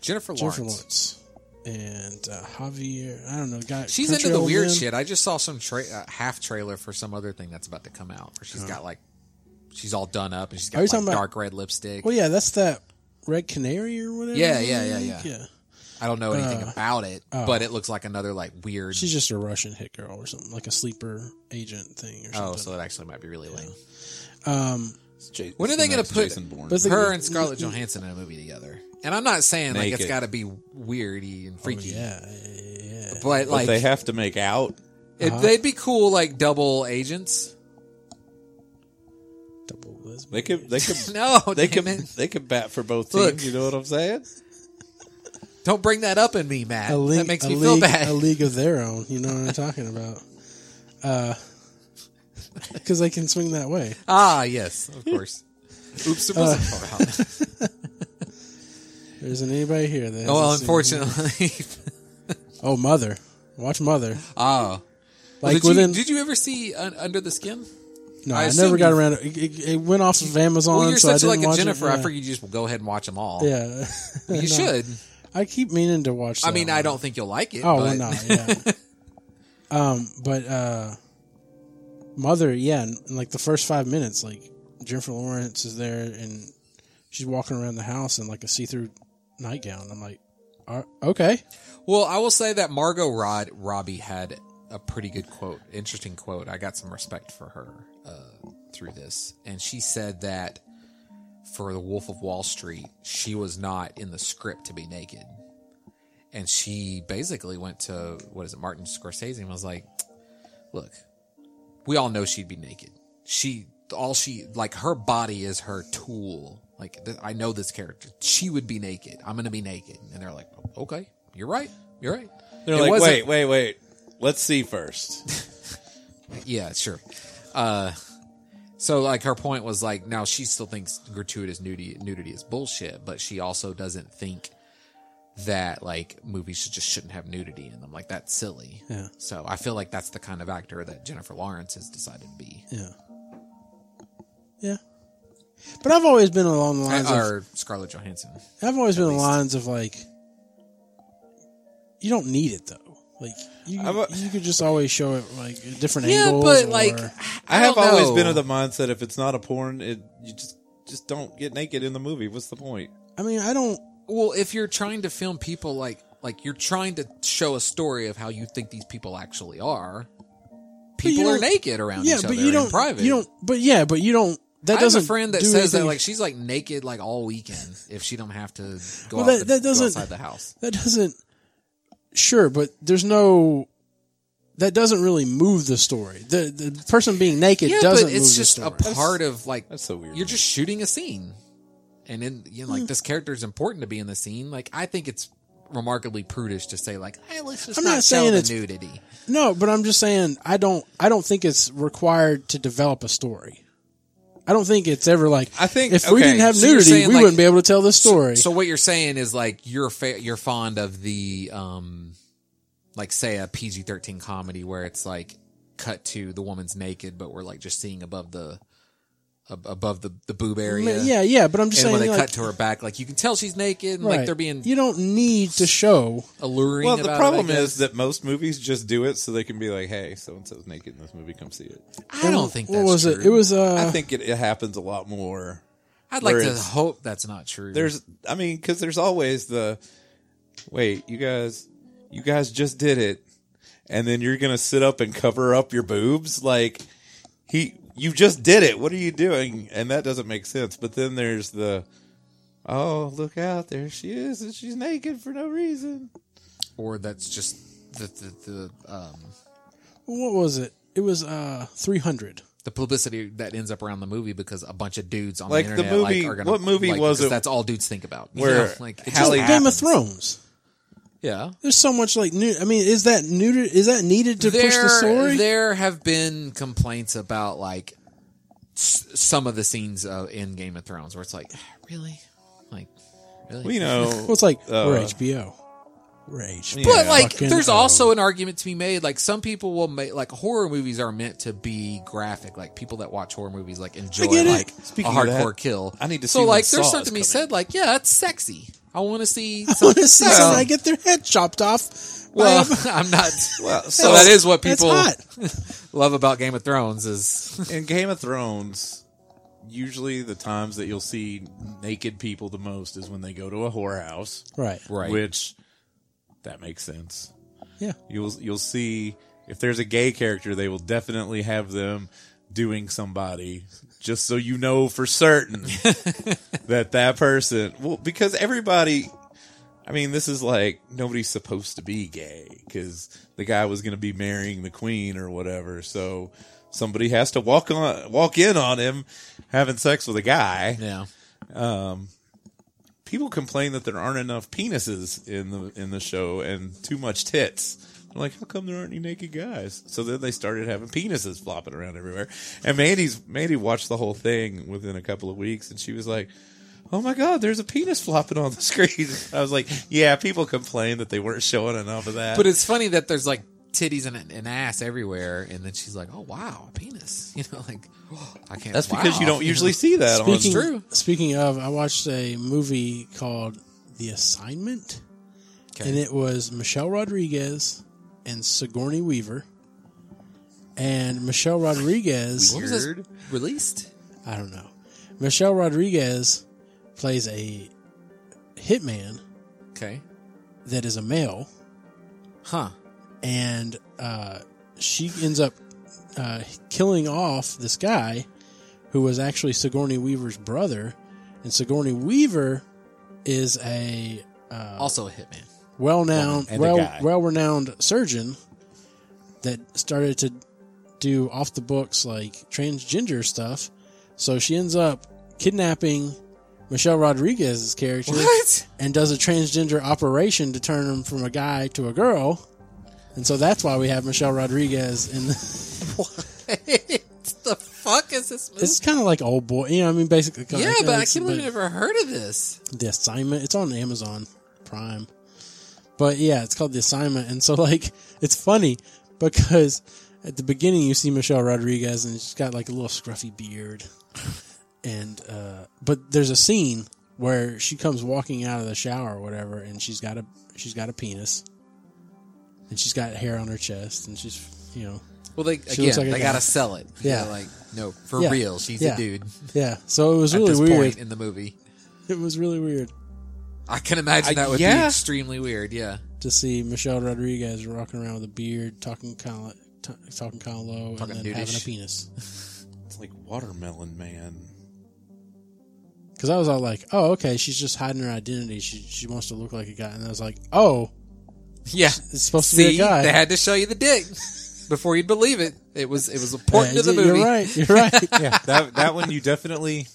C: Jennifer Lawrence.
A: Jennifer Lawrence and uh, Javier. I don't know. Guy,
C: She's
A: country
C: into the
A: old
C: weird
A: man.
C: shit. I just saw some tra- uh, half trailer for some other thing that's about to come out where she's got like, she's all done up and she's got
A: Are you
C: like,
A: talking about-
C: dark red lipstick.
A: Well, yeah, that's that Red Canary or whatever.
C: Yeah, yeah, yeah, yeah.
A: Yeah,
C: I don't know anything about it, but it looks like another like
A: Uh,
C: weird.
A: oh. she's just a Russian hit girl or something, like a sleeper agent thing or something.
C: Oh, so that actually might be really lame.
B: It's Ja-
C: When are
B: it's
C: they
B: the
C: gonna
B: next
C: put-
B: Jason Bourne?
A: But the-
C: Her and Scarlett Johansson in a movie together, and I'm not saying like it's
B: Naked.
C: got to be weirdy and freaky,
A: Oh, yeah, yeah, yeah.
C: but
B: But
C: like
B: they have to make out.
C: it,
A: Uh-huh.
C: they'd be cool like double agents.
A: Double lesbian.
B: They could. They could.
C: No,
B: they
C: damn
B: could.
C: it.
B: They could bat for both teams.
C: Look.
B: You know what I'm saying?
C: Don't bring that up in me, Matt.
A: a league,
C: that makes
A: a
C: me
A: league,
C: feel bad.
A: A league of their own. You know what I'm talking about? Because they can swing that way.
C: Ah, yes, of course.
A: Uh,
C: Oops, there wasn't far out.
A: There isn't anybody here. That
C: Oh, well,
A: hasn't seen-
C: unfortunately.
A: Oh, mother, watch mother.
C: oh,
A: Like
C: did,
A: within.
C: you, did you ever see Un- Under the Skin?
A: no,
C: I
A: I,
C: assume
A: never got
C: you-
A: around. to- It, it, it went off of Amazon,
C: Well, you're
A: so Oh, I
C: such
A: didn't
C: like a
A: watch
C: Jennifer.
A: It,
C: I figure you just go ahead and watch them all.
A: Yeah,
C: you
A: No.
C: should.
A: I keep meaning to watch. That
C: I mean,
A: one.
C: I don't think you'll like it.
A: Oh,
C: but
A: well, not yeah. um, but uh, mother, yeah, and, and, like the first five minutes, like Jennifer Lawrence is there and she's walking around the house in like a see-through nightgown. I'm like, "Uh, okay,
C: Well, I will say that Margot Rod Robbie had a pretty good quote, interesting quote. I got some respect for her uh, through this, and she said that for The Wolf of Wall Street, she was not in the script to be naked, and she basically went to what is it, Martin Scorsese, and was like, "Look, we all know she'd be naked. She all she like her body is her tool. Like th- I know this character. She would be naked. I'm gonna be naked. And they're like, okay, you're right. You're right.
B: They're
C: It
B: like,
C: wasn't-
B: wait, wait, wait. Let's see first.
C: yeah, sure. Uh, so like her point was like now she still thinks gratuitous nudity nudity is bullshit, but she also doesn't think that like movies should, just shouldn't have nudity in them. Like that's silly.
A: Yeah.
C: So I feel like that's the kind of actor that Jennifer Lawrence has decided to be.
A: yeah, yeah." But I've always been along the lines of
C: Uh, Or Scarlett Johansson.
A: I've always been in lines of like, you don't need it though. Like you,
B: I'm a-
A: you could just always show it like at different
C: Yeah,
A: angles.
C: but like,
A: or-
B: I have
C: don't
B: always
C: know.
B: been of the mindset if it's not a porn, it you just just don't get naked in the movie. What's the point?
A: I mean, I don't.
C: Well, if you're trying to film people like like you're trying to show a story of how you think these people actually are,
A: you
C: people are
A: don't-
C: naked around
A: Yeah,
C: each other
A: but you don't.
C: in private.
A: You don't. But yeah, but you don't. That
C: I have
A: doesn't.
C: a friend that
A: do
C: says that
A: anything-
C: like she's like naked like all weekend if she don't have to go,
A: Well,
C: out
A: that-
C: the-
A: that
C: go
A: doesn't-
C: outside the house.
A: that doesn't. Sure, but there's no. That doesn't really move the story. The the person being naked
C: yeah,
A: doesn't
C: but
A: move
C: it's
A: the
C: just
A: story.
C: a part of like
B: That's so weird.
C: You're just shooting a scene, and in you know,
A: Hmm.
C: like this character is important to be in the scene. Like I think it's remarkably prudish to say like, hey, let's just
A: I'm
C: not,
A: not
C: show
A: saying
C: the
A: it's-
C: nudity.
A: No, but I'm just saying I don't I don't think it's required to develop a story. I don't think it's ever like
B: I think-
A: if we
B: okay,
A: didn't have
C: so you're
A: nudity,
C: saying,
A: we
C: like-
A: wouldn't be able to tell this story.
C: So what you're saying is like you're fa- you're fond of the um, like say a PG-13 comedy where it's like cut to the woman's naked, but we're like just seeing above the ab- above the the boob
A: I
C: area.
A: mean, Mm, yeah, yeah, but I'm just
C: And when
A: saying
C: they
A: like,
C: cut to her back, like you can tell she's naked, and
A: right.
C: like they're being
A: you don't need to show.
C: alluring.
B: well, the
C: about
B: problem
C: it, I guess.
B: is that most movies just do it so they can be like, "Hey, so and so's naked in this movie. Come see it."
C: I don't think that's
A: what was
C: true.
A: it? It was uh,
B: I think it, it happens a lot more.
C: I'd like to
B: Whereas-
C: hope that's not true.
B: There's, I mean, because there's always the, wait, you guys, you guys just did it, and then you're gonna sit up and cover up your boobs, like he, you just did it. What are you doing? And that doesn't make sense. But then there's the, oh, look out, there she is, and she's naked for no reason.
C: or that's just the the the, um,
A: what was it? It was uh 300.
C: the publicity that ends up around the movie because a bunch of dudes on
B: Like
C: the
B: the
C: internet
B: movie-
C: like, are gonna
B: what movie
C: like,
B: was
C: because
B: it
C: That's all dudes think about. you
B: where
C: know? like it
B: Halle-
C: just
A: Game of
C: happens.
A: Thrones.
C: Yeah.
A: There's so much like new. I mean, is that new? Is that needed to push the story?
C: There have been complaints about like s- some of the scenes uh, in Game of Thrones where it's like, really, like, really.
B: We know.
A: well, it's like we're
B: Uh,
A: HBO. We're HBO.
B: Yeah. uh,
C: But like,
A: Fucking
C: there's
A: oh.
C: also an argument to be made. Like, some people will make like horror movies are meant to be graphic. Like, people that watch horror movies like enjoy
A: get it.
C: like
B: Speaking
C: a
B: of
C: hardcore
B: that,
C: kill.
B: I need to see
C: so
B: when
C: like,
B: Saw
C: there's
B: is
C: something to be
B: coming.
C: said. Like, yeah, it's sexy. I want to see.
A: I want to see
C: something-
A: somebody get their head chopped off.
C: Well,
A: by a-
C: I'm not.
B: Well,
C: So that is what
A: That's
C: people
A: hot.
C: love about Game of Thrones is
B: in Game of Thrones, usually the times that you'll see naked people the most is when they go to a whorehouse,
A: right.
C: right.
B: which that makes sense.
A: Yeah.
B: You'll you'll see if there's a gay character, they will definitely have them doing somebody just so you know for certain that that person well because everybody I mean this is like nobody's supposed to be gay cuz the guy was going to be marrying the queen or whatever so somebody has to walk on walk in on him having sex with a guy
C: yeah.
B: people complain that there aren't enough penises in the in the show and too much tits. They're like, how come there aren't any naked guys? So then they started having penises flopping around everywhere. And Mandy's Mandy watched the whole thing within a couple of weeks, and she was like. Oh my God! There's a penis flopping on the screen. I was like, "Yeah, people complain that they weren't showing enough of that."
C: But it's funny that there's like titties and an ass everywhere, and then she's like, "Oh wow, a penis," you know, like I can't.
B: that's because
C: wow.
B: you don't usually see that. on
A: Speaking,
C: true.
A: Speaking of, I watched a movie called The Assignment,
C: Okay.
A: and it was Michelle Rodriguez and Sigourney Weaver. And Michelle Rodriguez,
C: When was this
B: Weird.
C: released?
A: I don't know. Michelle Rodriguez plays a hitman
C: Okay,
A: that is a male,
C: huh?
A: and uh, she ends up uh, killing off this guy who was actually Sigourney Weaver's brother, and Sigourney Weaver is a
B: Uh,
C: also a hitman.
A: well-known,
B: and a
A: well,
B: guy.
A: well-renowned surgeon that started to do off the books like transgender stuff. So she ends up kidnapping Michelle Rodriguez's character
C: What?
A: and does a transgender operation to turn him from a guy to a girl. And so that's why we have Michelle Rodriguez in the,
C: the fuck is this movie?
A: it's kind of like old boy, you know, I mean basically kinda
C: yeah,
A: like,
C: but I
A: it's-
C: can't believe I never heard of this.
A: the assignment. It's on Amazon Prime. But yeah, it's called the assignment, and so like it's funny because at the beginning you see Michelle Rodriguez and she's got like a little scruffy beard, and uh, but there's a scene where she comes walking out of the shower or whatever, and she's got a she's got a penis, and she's got hair on her chest, and she's you know
C: Well, they
A: She
C: again,
A: looks like a
C: they
A: guy.
C: gotta sell it.
A: Yeah.
C: They're like no, for
A: Yeah.
C: real, she's
A: Yeah.
C: a dude.
A: yeah. So it was
C: At
A: really
C: this
A: weird.
C: point in the movie,
A: It was really weird
C: I can imagine
B: Uh,
C: that would be
B: yeah.
C: extremely weird. Yeah,
A: to see Michelle Rodriguez walking around with a beard, talking kind of t- talking kind of low,
C: Talking
A: and then having a
C: nudish.
A: penis.
B: It's like Watermelon Man.
A: Because I was all like, "Oh, okay, she's just hiding her identity. She she wants to look like a guy." And I was like, "Oh,
C: yeah.
A: it's supposed to
C: See,
A: be a guy."
C: they had to show you the dick before you'd believe it. It was it was important
A: Yeah,
C: to the
A: you're
C: movie.
A: right. You're right.
B: Yeah, that that one you definitely.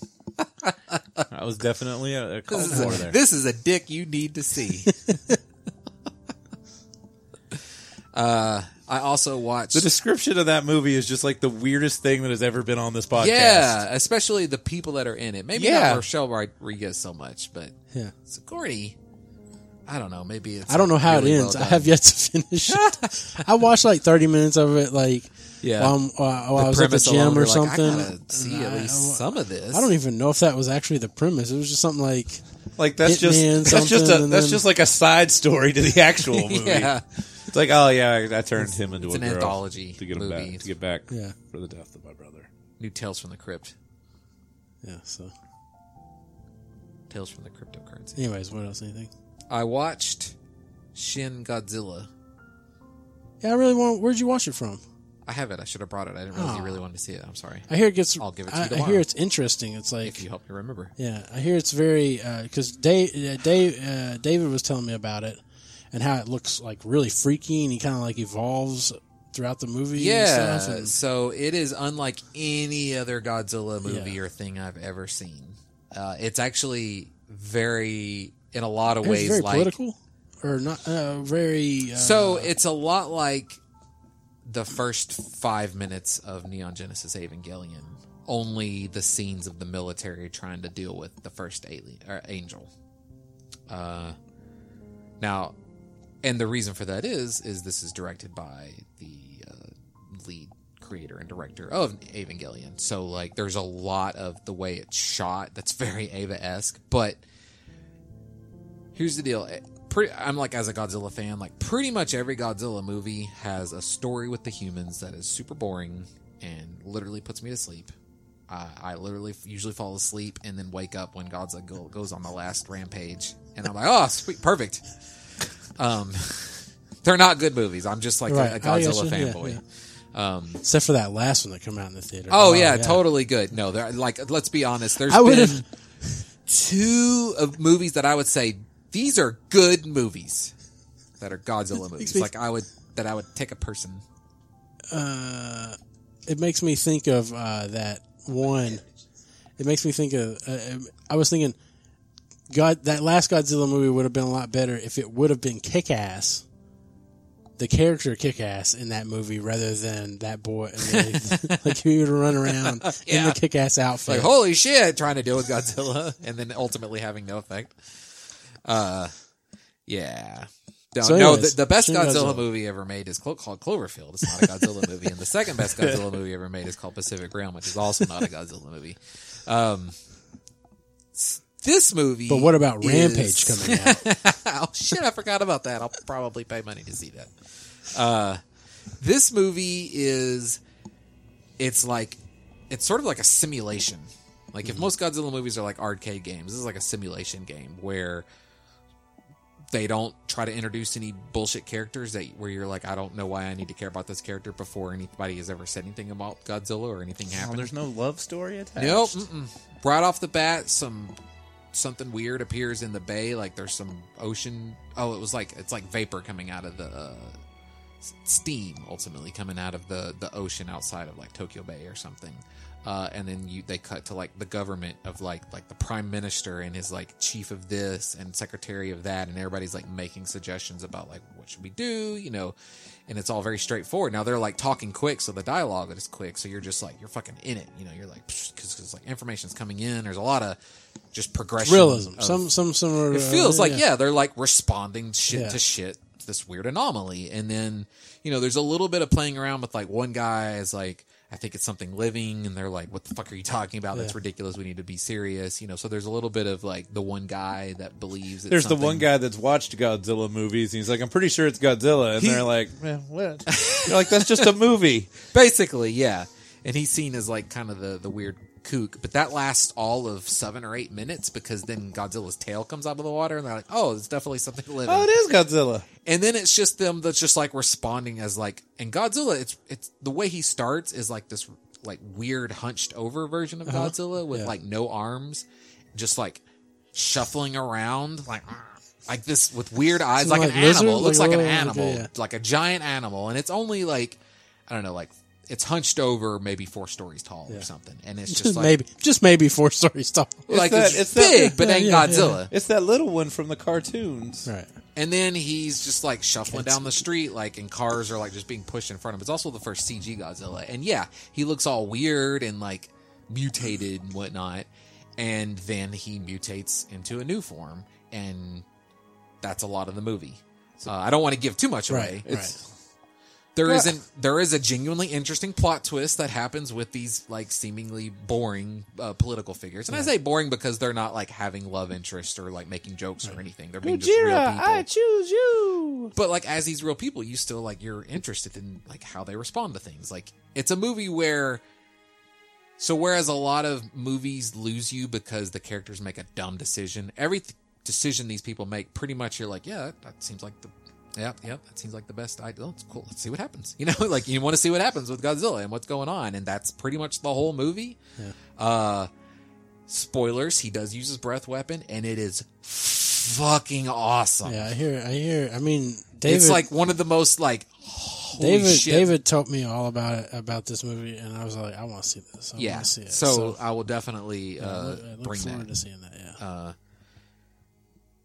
B: I was definitely a, a cold
C: This is,
B: war
C: a,
B: there.
C: this is a dick you need to see. uh, I also watched.
B: the description of that movie is just like the weirdest thing that has ever been on this podcast.
C: yeah, especially the people that are in it. Maybe
B: Yeah.
C: not Rochelle Rodriguez so much, but
A: yeah.
C: Sigourney. I don't know. Maybe it's.
A: I don't know how
C: really
A: it
C: well
A: ends. I
C: done.
A: have yet to finish it. I watched like 30 minutes of it, like
C: Yeah.
A: while, I'm- while- while I was at the
C: premise alone,
A: gym or
C: you're like,
A: something.
C: I gotta see at
A: I-
C: least some of this.
A: I don't even know if that was actually the premise. It was just something like,
B: like that's just
A: Hitman,
B: that's just
A: something,
B: a
A: and
B: that's
A: then-
B: just like a side story to the actual movie.
C: Yeah,
B: It's like oh yeah, I, I turned him into
C: it's
B: a
C: an
B: girl
C: anthology
B: to get him
C: movie.
B: back to get back
A: Yeah.
B: for the death of my brother.
C: new Tales from the Crypt.
A: yeah. So,
C: Tales from the Cryptocurrency.
A: anyways, what else? Anything?
C: I watched Shin Godzilla.
A: Yeah, I really want. Where'd you watch it from?
C: I have it. I should have brought it. I didn't realize
A: Oh.
C: you really wanted to see it. I'm sorry.
A: I hear it gets.
C: I'll give it to
A: I,
C: you
A: I
C: tomorrow.
A: hear it's interesting. It's like,
C: If you help me remember.
A: yeah, I hear it's very because Dave, uh, Dave, uh, David was telling me about it and how it looks like really freaky and he kind of like evolves throughout the movie.
C: Yeah.
A: and stuff and-
C: So it is unlike any other Godzilla movie
A: Yeah.
C: or thing I've ever seen. Uh, it's actually very, in a lot of
A: It was
C: ways,
A: very
C: like
A: political or not uh, very uh,
C: So it's a lot like the first five minutes of Neon Genesis Evangelion. Only the scenes of the military trying to deal with the first alien or angel. Uh, now, and the reason for that is is this is directed by the uh, lead creator and director of Evangelion. So like, there's a lot of the way it's shot that's very Ava esque, but here's the deal. Pretty, I'm like as a Godzilla fan, like pretty much every Godzilla movie has a story with the humans that is super boring and literally puts me to sleep. I, I literally f- usually fall asleep and then wake up when Godzilla go, goes on the last rampage, and I'm like, oh, sweet, perfect. Um, they're not good movies. I'm just like a-
A: Right.
C: a,
A: I
C: Godzilla
A: gotcha. Yeah,
C: fanboy. Um,
A: except for that last one that come out in the theater.
C: oh
A: Wow,
C: yeah, totally good. No, they're like let's be honest. There's
A: I would
C: been
A: have.
C: two of movies that I would say these are good movies that are Godzilla movies.
A: me-
C: Like I would that I would take a person.
A: It makes me think of uh, that one. It makes me think of. Uh, um, I was thinking, God, that last Godzilla movie would have been a lot better if it would have been Kick Ass, the character Kick Ass in that movie, rather than that boy. like he would run around in
C: Yeah.
A: the Kick Ass outfit.
C: Like holy shit, trying to deal with Godzilla and then ultimately having no effect. Uh, yeah. No,
A: So
C: no, the,
A: anyways,
C: the best
A: Shin
C: Godzilla,
A: Godzilla.
C: movie ever made is clo- called Cloverfield. It's not a Godzilla movie, and the second best Godzilla movie ever made is called Pacific Rim, which is also not a Godzilla movie. Um, s- this movie,
A: but what about Rampage
C: is-
A: coming out?
C: oh shit, I forgot about that. I'll probably pay money to see that. Uh, this movie is it's like it's sort of like a simulation. Like if most Godzilla movies are like arcade games, this is like a simulation game where they don't try to introduce any bullshit characters that where you're like, I don't know why I need to care about this character before anybody has ever said anything about Godzilla or anything happened.
B: there's no love story attached.
C: Nope. Mm-mm. Right off the bat, some something weird appears in the bay. Like there's some ocean. Oh, it was like it's like vapor coming out of the uh, s- steam, ultimately coming out of the the ocean outside of like Tokyo Bay or something. Uh, and then you they cut to like the government of like like the prime minister and his like chief of this and secretary of that and everybody's like making suggestions about like what should we do you know and it's all very straightforward. Now they're like talking quick, so the dialogue is quick. So you're just like you're fucking in it. You know, you're like because like information's coming in. There's a lot of just progression.
A: Realism.
C: of-
A: some some similar. uh,
C: it feels like yeah. they're like responding shit
A: Yeah.
C: to shit. This weird anomaly, and then you know, there's a little bit of playing around with like one guy is like I think it's something living, and they're like, "What the fuck are you talking about? That's
A: Yeah.
C: ridiculous. We need to be serious." You know, so there's a little bit of like the one guy that believes. It's
B: There's the
C: something-
B: one guy that's watched Godzilla movies, and he's like, "I'm pretty sure it's Godzilla," and
C: He-
B: they're like, "Eh, "What?" You're like, "That's just a movie."
C: basically, yeah. And he's seen as like kind of the the weird kook, but that lasts all of seven or eight minutes because then Godzilla's tail comes out of the water, and they're like, "Oh, it's definitely something living."
B: Oh, it is Godzilla.
C: and then it's just them that's just like responding as like and Godzilla it's it's the way he starts is like this like weird hunched over version of Godzilla with
A: Uh-huh. Yeah.
C: like no arms just like shuffling around like like this with weird eyes like,
A: Something
C: an
A: like lizard,
C: animal it looks
A: like
C: like
A: a
C: an
A: little-
C: animal
A: yeah.
C: like a giant animal and it's only like I don't know like it's hunched over maybe 4 stories tall or something and it's just like
A: maybe, just maybe four stories tall.
C: like
B: that-
C: it's,
B: it's that-
C: big but
A: Yeah,
C: ain't
A: yeah, yeah.
C: Godzilla
B: It's that little one from the cartoons.
A: Right.
C: And then he's just like shuffling down the street, like, and cars are like just being pushed in front of him. It's also the first CG Godzilla. And yeah, he looks all weird and like mutated and whatnot. And then he mutates into a new form. And that's a lot of the movie. Uh, I don't want to give too much away.
A: Right.
B: It's-
C: There
B: Yeah.
C: not there is a genuinely interesting plot twist that happens with these like seemingly boring uh, political figures, and I say boring because they're not like having love interest or like making jokes or anything. They're being just real people.
B: choose you.
C: but like as these real people you still like you're interested in like how they respond to things like it's a movie where so whereas a lot of movies lose you because the characters make a dumb decision every th- decision these people make pretty much you're like yeah that, that seems like the yeah yeah that seems like the best idea it's cool let's see what happens you know like you want to see what happens with godzilla and what's going on and that's pretty much the whole movie uh spoilers he does use his breath weapon and it is fucking awesome
A: Yeah, I hear. I hear. I mean, David.
C: it's like one of the most like holy
A: David.
C: shit.
A: David told me all about it about this movie, and I was like, I want to see this. I
C: yeah.
A: want to see it.
C: So, I will definitely
A: I
C: uh,
A: look- I look
C: bring
A: forward
C: that,
A: to seeing that. Yeah. So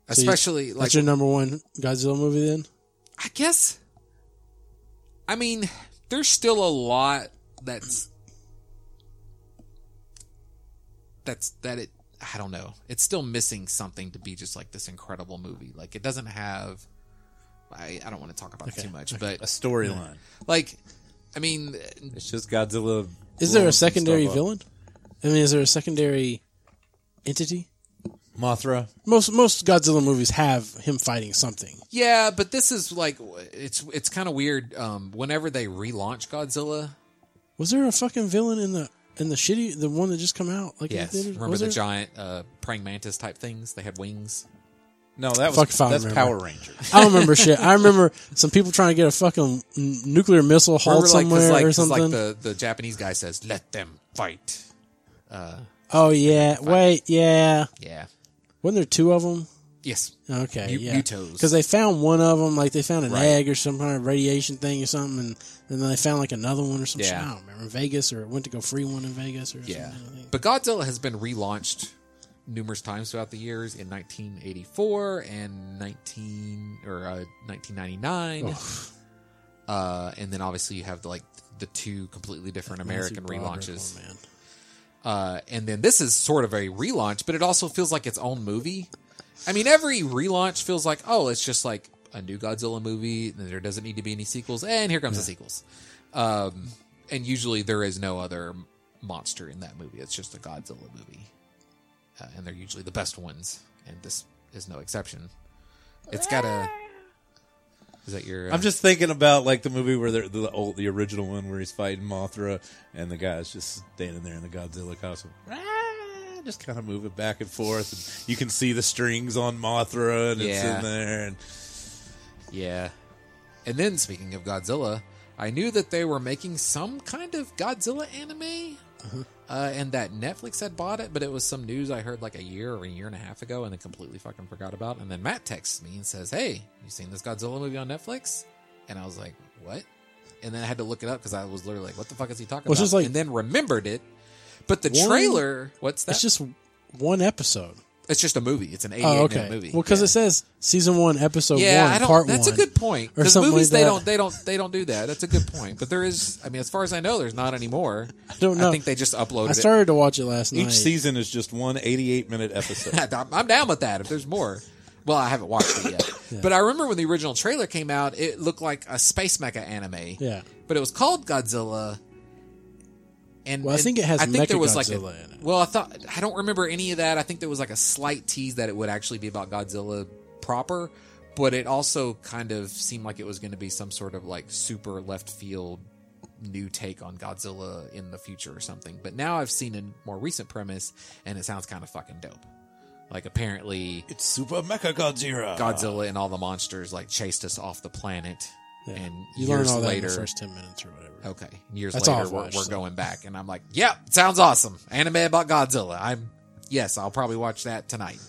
A: you-
C: especially like
A: That's your number one Godzilla movie, then?
C: I guess. I mean, there's still a lot that's that's that it. I don't know. It's still missing something to be just like this incredible movie. Like it doesn't have. I, I don't want to talk about it too much,
B: A
C: but
B: storyline.
C: like, I mean,
B: It's just Godzilla.
A: Is there
B: blowing
A: a
B: some
A: secondary
B: stuff up.
A: villain? I mean, is there a secondary entity?
B: Mothra.
A: Most most Godzilla movies have him fighting something.
C: Yeah, but this is like it's it's kind of weird. Um, whenever they relaunch Godzilla,
A: Was there a fucking villain in the in the shitty the one that just come out? Like
C: yes,
A: they did-
C: remember
A: was
C: the
A: there?
C: giant uh, praying mantis type things? They had wings.
B: No, that was
A: Fuck if I
B: that's
A: remember.
B: Power Rangers.
A: I don't remember shit. I remember some people trying to get a fucking n- nuclear missile hauled
C: Remember, like, 'cause,
A: somewhere
C: like,
A: or
C: 'cause,
A: something.
C: like the the Japanese guy says, "Let them fight."
A: oh yeah, wait, yeah.
C: Yeah.
A: Wasn't there two of them?
C: Yes.
A: Okay,
C: Mu-
A: yeah.
C: mutos.
A: Because they found one of them, like they found an
C: Right.
A: egg or some kind of radiation thing or something, and, and then they found like another one or some shit.
C: Yeah.
A: I don't remember in Vegas or it went to go free one in Vegas or
C: Yeah.
A: something. I think.
C: But Godzilla has been relaunched numerous times throughout the years in 1984 and 19 or uh, 1999. Uh, and then obviously you have the, like the two completely different American
A: Matthew Broderick
C: relaunches.
A: one, man.
C: Uh, and then this is sort of a relaunch, but it also feels like its own movie. I mean, every relaunch feels like, oh, it's just like a new Godzilla movie. and There doesn't need to be any sequels, and here comes the sequels. Um, and usually there is no other m- monster in that movie. It's just a Godzilla movie, uh, and they're usually the best ones. And this is no exception. It's got a. Is that your? uh,
B: I'm just thinking about like the movie where they're, the old, the original one where he's fighting Mothra, and the guy's just standing there in the Godzilla costume, "Rah," just kind of moving back and forth. And you can see the strings on Mothra, and it's
C: Yeah.
B: in there. And
C: Yeah. And then speaking of Godzilla, I knew that they were making some kind of Godzilla anime.
A: Uh-huh.
C: Uh, and that Netflix had bought it, but it was some news I heard like a year or a year and a half ago and then completely fucking forgot about. And then Matt texts me and says, Hey, you seen this Godzilla movie on Netflix? And I was like, What? And then I had to look it up because I was literally like, What the fuck is he talking
A: Well, it's
C: about?
A: just like-
C: and then remembered it. But the
A: One-
C: trailer, what's that?
A: It's just one episode.
C: a movie. It's an 88
A: Oh,
C: minute
A: okay.
C: movie.
A: Well, because
C: Yeah
A: it says season one, episode one,
C: I don't,
A: part
C: that's
A: one.
C: a good point.
A: or
C: Because
A: something
C: movies,
A: like
C: they
A: that.
C: don't, they don't, they don't do that. That's a good point. But there is, I mean, as far as I know, there's not anymore. I
A: don't know.
C: I think they just uploaded
A: I started to watch it last
B: each
A: night.
B: season is just one 88 minute episode.
C: it. I'm- I'm down with that. If there's more, well, I haven't watched it yet. But I remember when the original trailer came out, it looked like a space mecha anime.
A: Yeah.
C: But it was called Godzilla, And
A: Well, I
C: and
A: think it has
C: I think there was like
A: Mechagodzilla
C: a,
A: in it.
C: well, I thought I don't remember any of that. I think there was like a slight tease that it would actually be about Godzilla proper, but it also kind of seemed like it was going to be some sort of like super left field new take on Godzilla in the future or something. But now I've seen a more recent premise, and it sounds kind of fucking dope. Like apparently,
B: It's Super Mecha Godzilla.
C: Godzilla and all the monsters like chased us off the planet. And
A: You learn
C: years
A: all that
C: later,
A: in the first ten minutes or whatever.
C: okay, years
A: That's all
C: later
A: I've
C: we're,
A: watched,
C: we're
A: so.
C: going back, and I'm like, yep, sounds awesome. Anime about Godzilla. I'm yes, I'll probably watch that tonight.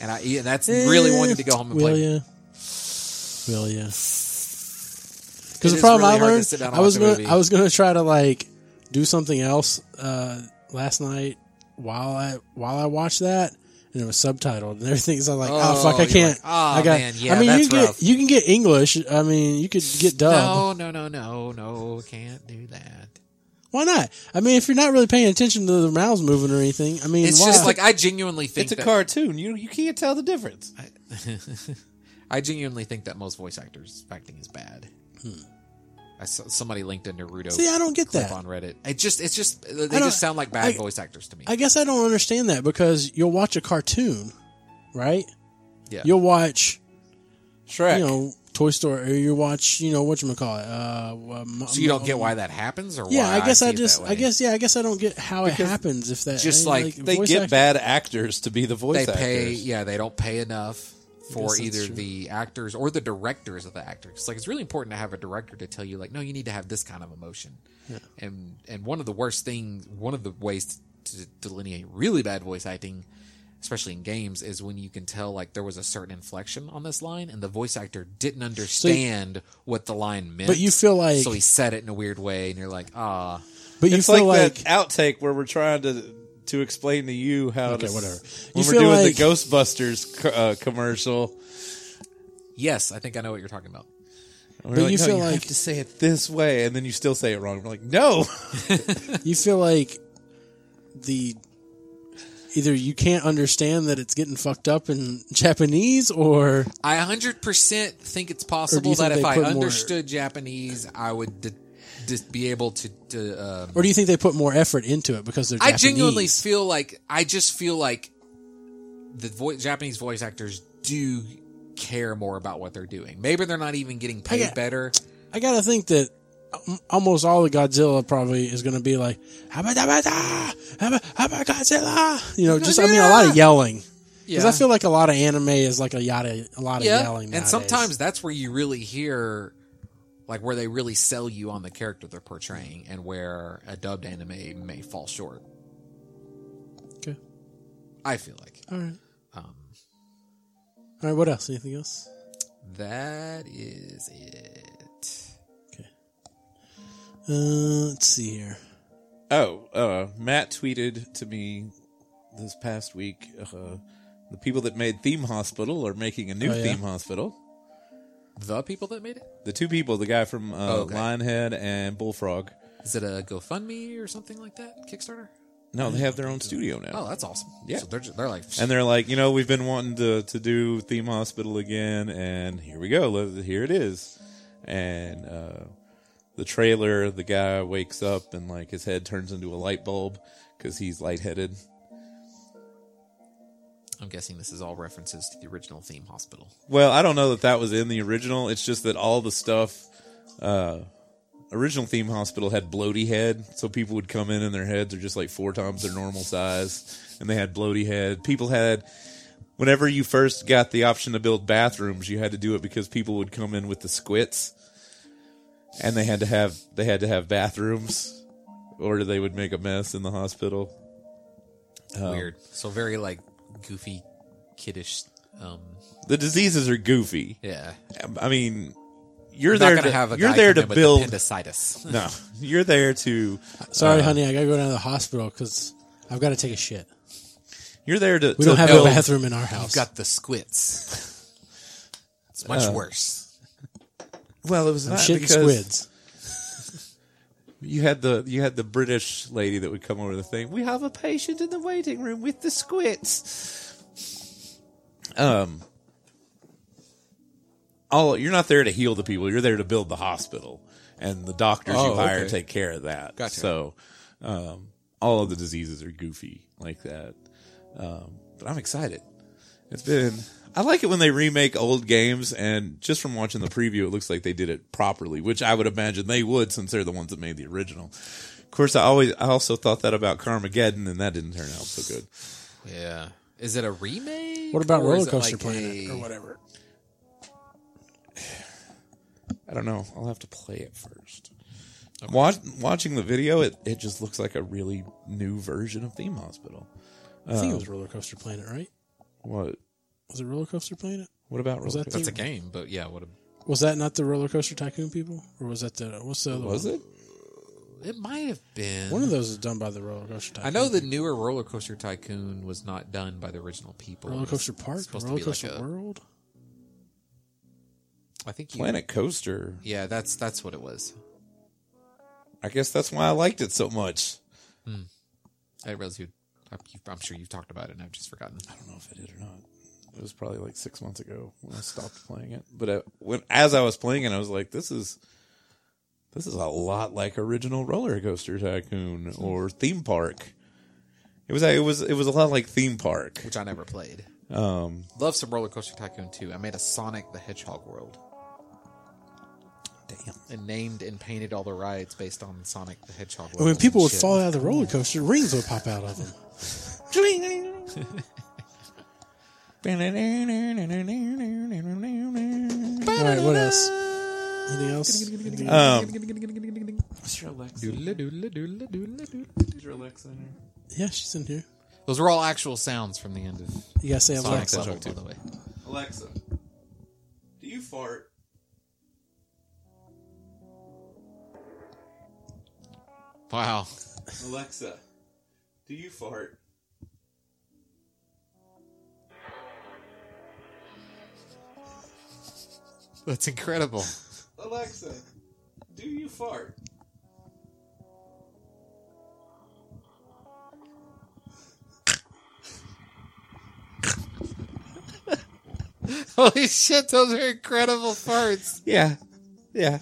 C: And I yeah, that's really
A: Eh,
C: wanted to go home and
A: will
C: play.
A: ya? Will ya?
C: It
A: Because the
C: is
A: problem
C: really
A: I
C: hard to
A: learned,
C: sit down and
A: I was
C: watch a
A: gonna,
C: movie.
A: I was gonna try to like do something else uh, last night while I while I watched that, and it was subtitled and everything's I'm like, oh,
C: Oh,
A: fuck, I
C: you're
A: can't.
C: like, "Ah,
A: I got.
C: man, yeah,
A: I mean, you
C: that's
A: can
C: rough."
A: get you can get English. I mean, you could get dub.
C: No, no, no, no, no, can't do that.
A: Why not? I mean, if you're not really paying attention to the mouths moving or anything, I mean,
C: It's
A: why?
C: just like I genuinely think
B: It's a
C: that,
B: cartoon. You you can't tell the difference.
C: I genuinely think that most voice actors acting is bad. I saw somebody linked a Naruto.
A: Hmm. See, I don't get
C: clip
A: that.
C: on Reddit. It just it's just they
A: don't-
C: just sound like bad
A: I-
C: voice actors to me.
A: I guess I don't understand that because you'll watch a cartoon, right?
C: yeah.
A: You'll watch
B: Shrek.
A: you know Toy Story, or you watch you know what you call it. Uh, um,
C: so you don't get why that happens or
A: Yeah,
C: why
A: I guess
C: see
A: I
C: it
A: just,
C: that
A: I
C: way.
A: guess, yeah, I guess I don't get how it happens if that
C: just
A: I mean,
C: like
B: they
A: voice
B: get
A: act-
B: bad actors to be the
C: they
B: voice
C: pay
B: actors.
C: yeah, they don't pay enough for
A: that's
C: either
A: true.
C: the actors or the directors of the actors. It's like it's really important to have a director to tell you like no, you need to have this kind of emotion. And and one of the worst things, one of the ways to delineate really bad voice acting especially in games is when you can tell like there was a certain inflection on this line and the voice actor didn't understand what the line meant
A: But you feel like-
C: so he said it in a weird way and you're like ah
A: but you
B: It's
A: feel
B: like,
A: like,
B: that outtake where we're trying to to explain to you how
A: Okay,
B: to,
A: whatever.
B: When
A: You
B: we're
A: feel
B: doing
A: like-
B: the Ghostbusters co- uh, commercial,
C: yes i think i know what you're talking about
B: and we're
A: But
B: like,
A: you
B: "No,
A: feel
B: you
A: like-
B: have to say it this way, and then you still say it wrong. We're like, no,
A: you feel like the either you can't understand that it's getting fucked up in Japanese or
C: I 100% think it's
A: do
C: possible
A: you
C: that
A: think
C: if
A: they
C: I
A: put more-
C: understood Japanese, I would d- d- be able to. to um,
A: or do you think they put more effort into it because they're
C: I
A: Japanese?
C: genuinely feel like I just feel like the vo- Japanese voice actors do care more about what they're doing. Maybe they're not even getting paid
A: got-
C: better.
A: I gotta think that al- almost all the Godzilla probably is gonna be like "Habadabada! Haba- Haba Godzilla," you know, just I mean a lot of yelling. Because I feel like a lot of anime is like a yada, a lot of yelling.
C: and
A: nowadays.
C: sometimes that's where you really hear, like, where they really sell you on the character they're portraying, and where a dubbed anime may fall short.
A: Okay.
C: I feel like
A: all right.
C: um,
A: All right, what else? Anything else?
C: that is it.
A: Uh, let's see here.
B: Oh, uh, Matt tweeted to me this past week. Uh, the people that made Theme Hospital are making a new
A: Oh, yeah?
B: Theme Hospital.
C: The people that made it
B: The two people, the guy from uh,
C: Oh, okay.
B: Lionhead and Bullfrog,
C: is it a GoFundMe or something like that? Kickstarter?
B: no, they have their own studio now.
C: Oh, that's awesome.
B: Yeah.
C: so they're just, they're like
B: And they're like, you know, we've been wanting to, to do Theme Hospital again, and here we go. Let- Here it is. And uh, the trailer, the guy wakes up and like his head turns into a light bulb because he's lightheaded.
C: I'm guessing this is all references to the original theme hospital.
B: Well, I don't know that that was in the original. It's just that all the stuff, uh, original theme hospital had bloaty head, so people would come in and their heads are just like four times their normal size, and they had bloaty head. People had, whenever you first got the option to build bathrooms, you had to do it because people would come in with the squits, and they had to have they had to have bathrooms, or they would make a mess in the hospital. Oh.
C: Weird. So very like goofy, kiddish. Um,
B: The diseases are goofy.
C: yeah,
B: I mean. You're
C: We're not
B: there.
C: gonna
B: To,
C: have a
B: you're
C: guy
B: there to
C: come in with
B: build
C: appendicitis.
B: No, you're there to
C: Uh,
A: Sorry, honey, I gotta go down to the hospital because I've got to take a shit.
B: you're there to
A: We don't
B: to
A: have a
B: build-
A: bathroom in our house.
C: Got the squits. It's
B: Uh.
C: much worse.
B: Well, it was not
A: shitting
B: because
A: squids.
B: you had the you had the British lady that would come over the thing. We have a patient in the waiting room with the squits. Um. All you're not there to heal the people. You're there to build the hospital, and the doctors
C: Oh,
B: you hire
C: okay.
B: take care of that.
C: Gotcha.
B: So, Um, all of the diseases are goofy like that. Um, but I'm excited. It's been. I like it when they remake old games, and just from watching the preview, it looks like they did it properly, which I would imagine they would since they're the ones that made the original. Of course, I always I also thought that about Carmageddon, and that didn't turn out so good.
C: Yeah. Is it a remake?
A: What about
C: Or
A: Roller
C: is it
A: Coaster
C: like
A: Planet
C: a-
A: or whatever?
B: I don't know. I'll have to play it first. Watch, watching the video, it, it just looks like a really new version of Theme Hospital.
A: I think it
C: um,
A: was Roller Coaster Planet, right?
B: What?
A: Was it Roller Coaster Planet?
B: What about
A: Was
B: Roller
A: that
B: Coaster?
C: It's a game, but yeah, what a,
A: Was that not the Roller Coaster Tycoon people, or was that the what's the other
B: Was
A: one?
B: it?
C: it might have been.
A: One of those is done by the Roller Coaster Tycoon.
C: I know the newer Roller Coaster Tycoon was not done by the original people.
A: Roller
C: It was
A: Coaster Park,
C: supposed to
A: Roller
C: be
A: Coaster
C: like a-
A: World.
C: I think you,
B: Planet Coaster.
C: Yeah, that's that's what it was.
B: I guess that's why I liked it so much.
C: I realize you. I- you- I'm sure you've talked about it, and I've just forgotten.
B: I don't know if I did or not. It was probably like six months ago when I stopped playing it. But I, when as I was playing it, I was like, "This is this is a lot like original Roller Coaster Tycoon or Theme Park." It was uh, it was it was a lot like Theme Park.
C: Which I never played.
B: Um,
C: Love some Roller Coaster Tycoon too. I made a Sonic the Hedgehog world
B: damn.
C: and named and painted all the rides based on Sonic the Hedgehog.
A: And when
C: world
A: people
C: and
A: would
C: shit.
A: fall out of the roller coaster, rings would pop out of them. All right, what else? Anything else? Anything else?
B: Um,
C: Doodle, doodle, doodle, doodle, doodle.
A: yeah, she's in here.
C: Those were all actual sounds from the end of
A: You gotta say
C: Sonic
A: Alexa.
C: level, by the way.
B: Alexa, do you fart?
C: Wow.
B: Alexa, do you fart?
C: That's incredible.
B: Alexa, do you fart?
C: Holy shit, those are incredible farts.
B: Yeah, yeah.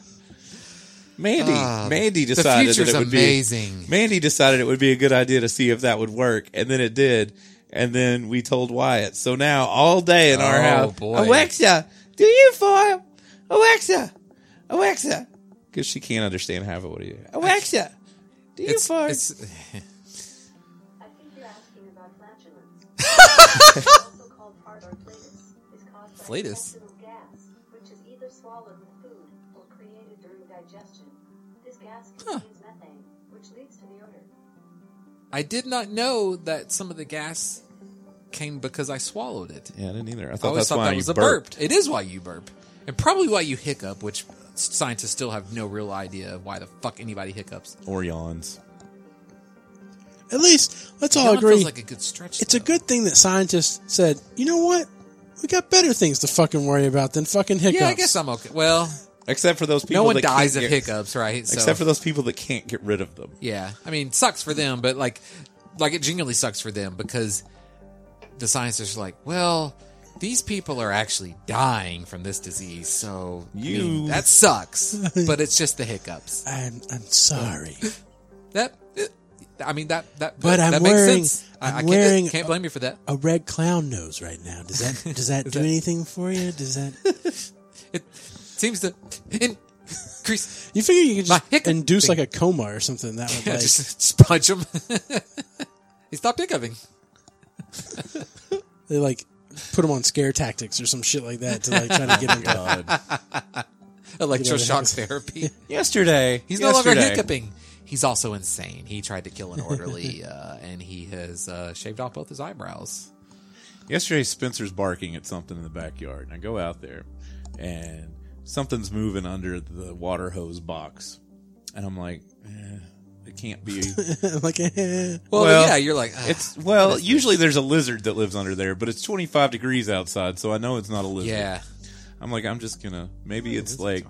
B: Mandy,
C: Ah,
B: Mandy
C: The
B: decided that
C: future's
B: it would
C: amazing.
B: be. Mandy decided it would be a good idea to see if that would work, and then it did. And then we told Wyatt. So now all day in our
C: Oh,
B: house,
C: boy.
B: Alexa, do you fart? Alexa, Alexa, because she can't understand half of what he. Alexa, do you
C: It's,
B: fart?
C: it's-
D: I think you're asking about flatulence. also called fart or flatus. It's caused by
C: Flatus?
D: intestinal gas, which is either swallowed with food or created during digestion. This gas contains methane, which leads to the odor.
C: I did not know that some of the gas came because I swallowed it.
B: yeah, I didn't either. I
C: I
B: thought
C: always
B: that's
C: thought
B: why
C: that
B: you
C: was a
B: burped.
C: burp. It is why you burp. And probably why you hiccup, which scientists still have no real idea of why the fuck anybody hiccups.
B: or yawns.
A: At least,
B: Oh,
A: let's all
C: Yawn
A: agree.
C: feels like a good stretch.
A: it's a
C: though.
A: good thing that scientists said, you know what? We got better things to fucking worry about than fucking hiccups.
C: Yeah, I guess I'm okay. Well,
B: Except for those people.
C: no one
B: that can't
C: dies of
B: get-
C: hiccups, right? So,
B: Except for those people that can't get rid of them.
C: yeah, I mean, sucks for them, but like, like it genuinely sucks for them because the scientists are like, well, these people are actually dying from this disease, so I mean,
B: You-
C: that sucks. but it's just the hiccups.
A: I'm, I'm sorry.
C: That. It, I mean that that
A: But
C: that
A: I'm
C: makes
A: wearing-
C: sense. I-
A: I'm
C: I can't,
A: wearing-
C: can't blame you for that.
A: A red clown nose right now. Does that does that do anything for you? Does that
C: It seems to increase.
A: You figure you could
C: My
A: just
C: hiccup
A: induce
C: thing.
A: like a coma or something that would
C: Yeah,
A: like
C: just, just punch him. he stopped hiccuping.
A: they like put them on scare tactics or some shit like that to like try to get him to
C: Electroshock therapy.
B: Yesterday,
C: He's no
B: yesterday,
C: longer hiccuping. He's also insane. He tried to kill an orderly, uh, and he has uh, shaved off both his eyebrows.
B: Yesterday, Spencer's barking at something in the backyard, and I go out there, and something's moving under the water hose box, and I'm like, eh, it can't be.
A: like eh.
C: Well,
B: Well,
C: yeah, you're like "Ugh."
B: It's well, usually there's a lizard that lives under there, but it's 25 degrees outside, so I know it's not a lizard.
C: yeah.
B: I'm like, I'm just gonna. Maybe it's like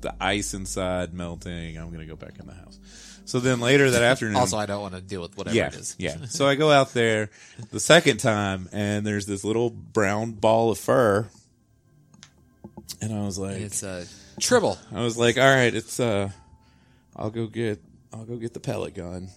B: the ice inside melting. I'm gonna go back in the house. So then later that afternoon,
C: Also, I don't want to deal with whatever
B: yeah,
C: it is.
B: yeah. So I go out there the second time, and there's this little brown ball of fur, and I was like,
C: It's a tribble.
B: uh, I was like, all right, it's uh, I'll go get, I'll go get the pellet gun,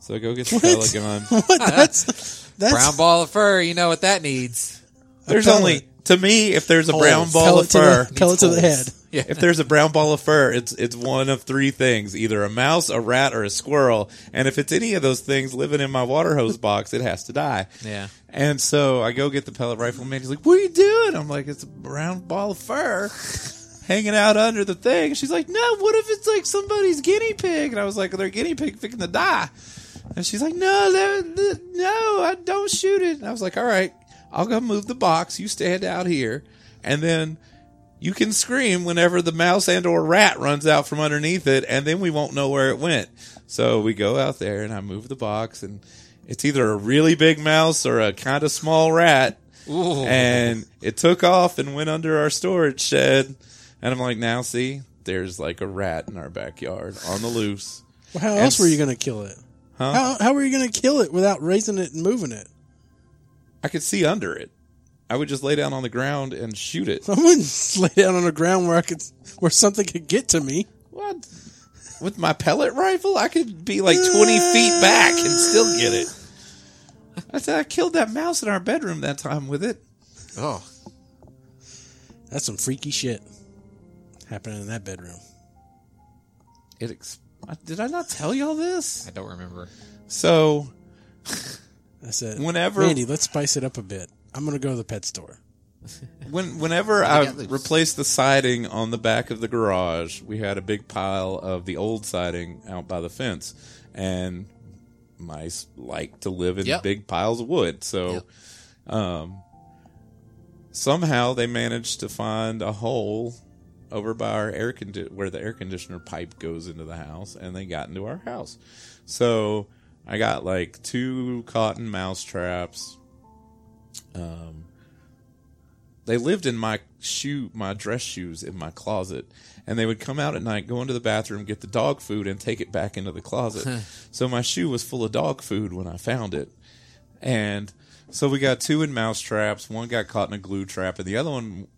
B: So go get your Pelican.
A: What? That's that's
C: Brown ball of fur, you know what that needs.
B: There's
A: pellet.
B: only to me if there's a
A: Holes.
B: brown ball
A: pellet
B: of fur.
A: to the, pellet to the
C: holes.
A: head.
C: Yeah.
B: If there's a brown ball of fur, it's it's one of three things: either a mouse, a rat, or a squirrel. And if it's any of those things living in my water hose box, it has to die.
C: Yeah.
B: And so I go get the pellet rifle man. He's like, "What are you doing?" I'm like, "It's a brown ball of fur hanging out under the thing." She's like, "No, what if it's like somebody's guinea pig?" And I was like, "They're guinea pig picking to die." And she's like, "No, that- that- no, I don't shoot it." And I was like, "All right, I'll go move the box. You stand out here, and then." You can scream whenever the mouse and or rat runs out from underneath it, and then we won't know where it went. So we go out there, and I move the box, and it's either a really big mouse or a kind of small rat.
C: Ooh.
B: And it took off and went under our storage shed. And I'm like, now see, there's like a rat in our backyard on the loose.
A: Well, how else
B: It's-
A: were you going to kill it?
B: Huh?
A: How how were you going to kill it without raising it and moving it?
B: I could see under it. I would just lay down on the ground and shoot it.
A: I wouldn't lay down on the ground where I could where something could get to me.
B: What? With my pellet rifle, I could be like 20 feet back and still get it. I said I killed that mouse in our bedroom that time with it.
C: Oh.
A: That's some freaky shit happening in that bedroom.
B: It ex- did I not tell y'all this?
C: I don't remember.
B: So
A: I said,
B: Whenever-
A: Randy, let's spice it up a bit. I'm going to go to the pet store.
B: When whenever I
C: got loose.
B: replaced the siding on the back of the garage, we had a big pile of the old siding out by the fence, and mice like to live in
C: Yep.
B: big piles of wood. So,
C: Yep.
B: um, somehow they managed to find a hole over by our air condi- where the air conditioner pipe goes into the house, and they got into our house. So I got like two cotton mouse traps. Um, they lived in my shoe, my dress shoes in my closet, and they would come out at night, go into the bathroom, get the dog food, and take it back into the closet. so my shoe was full of dog food when I found it, and so we got two in mouse traps. One got caught in a glue trap, and the other one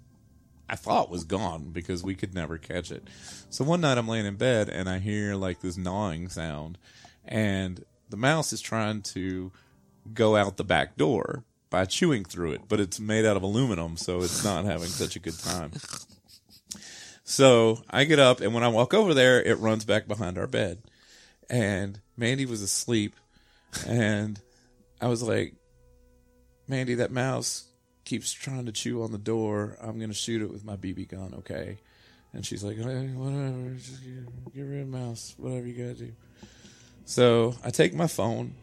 B: I thought was gone because we could never catch it. So one night I'm laying in bed and I hear like this gnawing sound, and the mouse is trying to go out the back door by chewing through it, but it's made out of aluminum, so it's not having such a good time. So I get up, and when I walk over there, it runs back behind our bed. And Mandy was asleep, and I was like, Mandy, that mouse keeps trying to chew on the door. I'm going to shoot it with my BB gun, okay? And she's like, "Okay, whatever, just get, get rid of the mouse, whatever you got to do. So I take my phone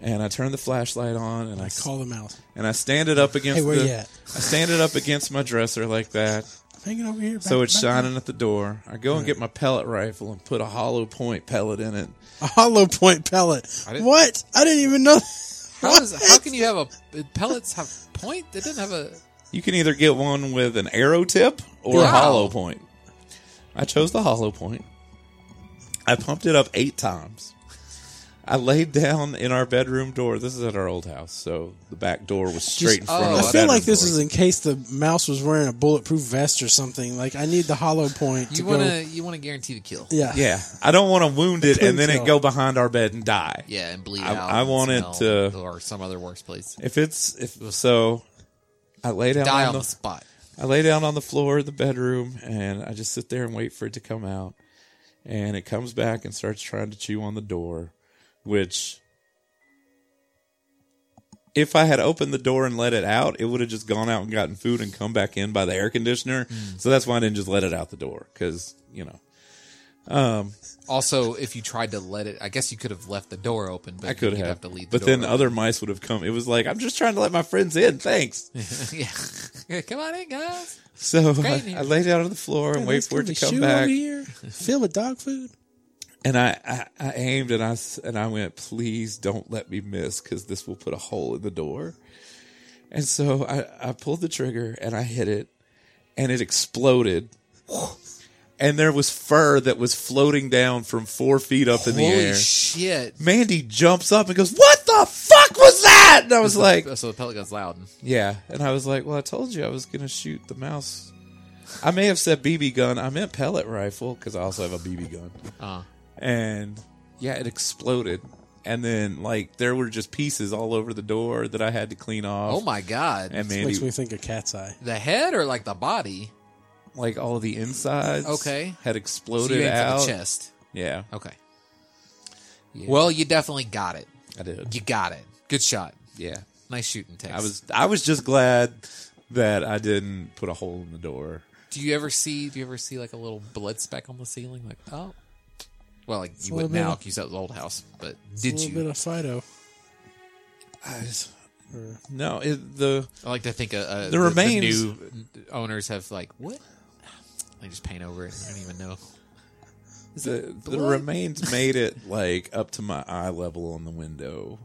B: and I turn the flashlight on and I,
A: I
B: s-
A: call the mouse.
B: and I stand it up against
A: Hey, where
B: the,
A: you at?
B: I stand it up against my dresser like that.
A: I'm hanging over here.
B: So
A: back-
B: it's
A: back-
B: shining at the door. I go and get my pellet rifle and put a hollow point pellet in it.
A: A hollow point pellet.
C: I didn't-
A: what? I didn't even know.
C: How is how can you have a pellets have point? It didn't have a
B: You can either get one with an arrow tip or a
C: Wow.
B: hollow point. I chose the hollow point. I pumped it up eight times. I laid down in our bedroom door. This is at our old house, so the back door was straight in front
C: oh,
B: of the
A: I feel like
B: bedroom
A: this
B: door.
A: is in case the mouse was wearing a bulletproof vest or something. Like I need the hollow point to
C: you want
A: go.
C: to you want to guarantee the kill.
A: Yeah,
B: Yeah, I don't want to wound it and then it
A: Please
B: go
A: don't.
B: behind our bed and die.
C: Yeah, and bleed
B: I-
C: out.
B: I
C: and
B: want it
C: smell
B: to-
C: or some other worse place.
B: If it's if so, I lay down
C: Die
B: on
C: on the
B: the
C: spot.
B: I lay down on the floor of the bedroom and I just sit there and wait for it to come out. And it comes back and starts trying to chew on the door, which if I had opened the door and let it out, it would have just gone out and gotten food and come back in by the air conditioner.
C: Mm.
B: So that's why I didn't just let it out the door because, you know,
C: Also, if you tried to let it, I guess you could have left the door open. But
B: I could
C: you'd
B: have.
C: have to leave. The
B: but then
C: door
B: other mice would have come. It was like, I'm just trying to let my friends in. Thanks.
C: open. yeah, come on in, guys.
B: So
C: great
B: I,
C: in here.
B: I lay down on the floor and
A: Man,
B: wait
A: let's
B: for it to
A: get
B: come
A: shoe
B: back.
A: Over here, filled with dog food.
B: and I, I, I aimed and I s- and I went, please don't let me miss because this will put a hole in the door. And so I, I pulled the trigger and I hit it, and it exploded. And there was fur that was floating down from four feet up in the
C: Holy
B: air.
C: shit!
B: Mandy jumps up and goes, "What the fuck was that?" And I was like,
C: so the pellet gun's loud.
B: yeah, and I was like, "Well, I told you I was gonna shoot the mouse." I may have said BB gun. I meant pellet rifle because I also have a BB gun.
C: Uh,
B: And yeah, it exploded, and then like there were just pieces all over the door that I had to clean off.
C: Oh my god.
B: And
A: Makes me
B: Mandy,
A: think of cat's eye.
C: the head or like the body?
B: like all the insides,
C: Okay.
B: had
C: So
B: exploded
C: you aimed for
B: out.
C: the chest.
B: Yeah,
C: Okay. Well, you definitely got it.
B: I did.
C: You got it. Good shot.
B: Yeah,
C: Nice shooting, Tex.
B: I was. I was just glad that I didn't put a hole in the door.
C: Do you ever see? Do you ever see like a little blood speck on the ceiling? Like oh, well, like you
A: a
C: would
A: little bit
C: now
A: of-
C: because that was the old house. But
A: a
C: did
A: little
C: you?
A: bit of Fido?
B: I just- no, it, the
C: I like to think uh, uh, the,
B: remains-
C: new owners have like what? They just paint over it. I don't even know.
B: the, the
C: blood?
B: remains made it like up to my eye level on the window.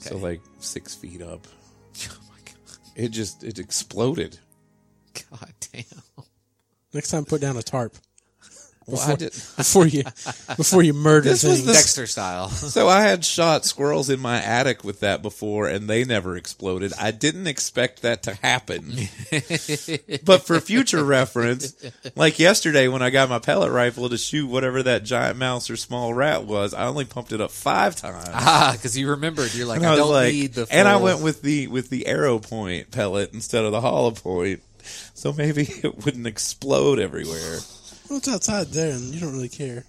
B: So
C: Okay.
B: like six feet up.
C: Oh my
B: It just it exploded.
C: god! God damn!
A: Next time, put down a tarp
B: Well,
A: Before-
B: I did-
A: before you before you murder
B: This was
A: things.
B: the-
C: Dexter style.
B: so I had shot squirrels in my attic with that before, and they never exploded. I didn't expect that to happen. but for future reference, like yesterday when I got my pellet rifle to shoot whatever that giant mouse or small rat was, I only pumped it up five times.
C: ah, because you remembered. You're like
B: And
C: I,
B: I was
C: don't
B: like,
C: need the. Full,
B: and I went with the with the arrow point pellet instead of the hollow point, so maybe it wouldn't explode everywhere.
A: Well, it's outside there, and you don't really care.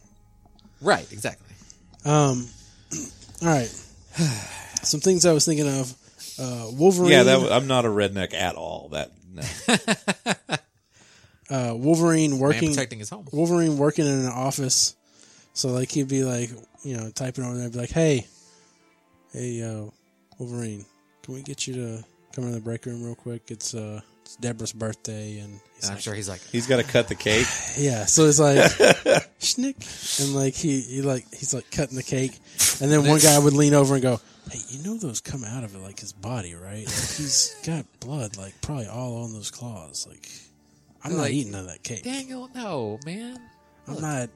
C: right. Exactly.
A: Um, all right. Some things I was thinking of. Uh, Wolverine.
B: Yeah, that, wa- I'm not a redneck at all. That no.
A: uh, Wolverine
C: Man
A: working.
C: protecting his home.
A: Wolverine working in an office. So like he'd be like, you know, typing over there, be like, "Hey, hey, uh, Wolverine, can we get you to come in the break room real quick? It's uh, it's Deborah's birthday, and he's
C: And I'm
A: like,
C: sure he's like,
B: he's got to cut the cake.
A: yeah. So it's like schnick, and like he, he like he's like cutting the cake, and then one guy would lean over and go, "Hey, you know those come out of it like his body, right? Like he's got blood, like probably all on those claws. Like I'm not
C: Like,
A: eating none of that cake.
C: Daniel, oh no, man.
A: I'm not."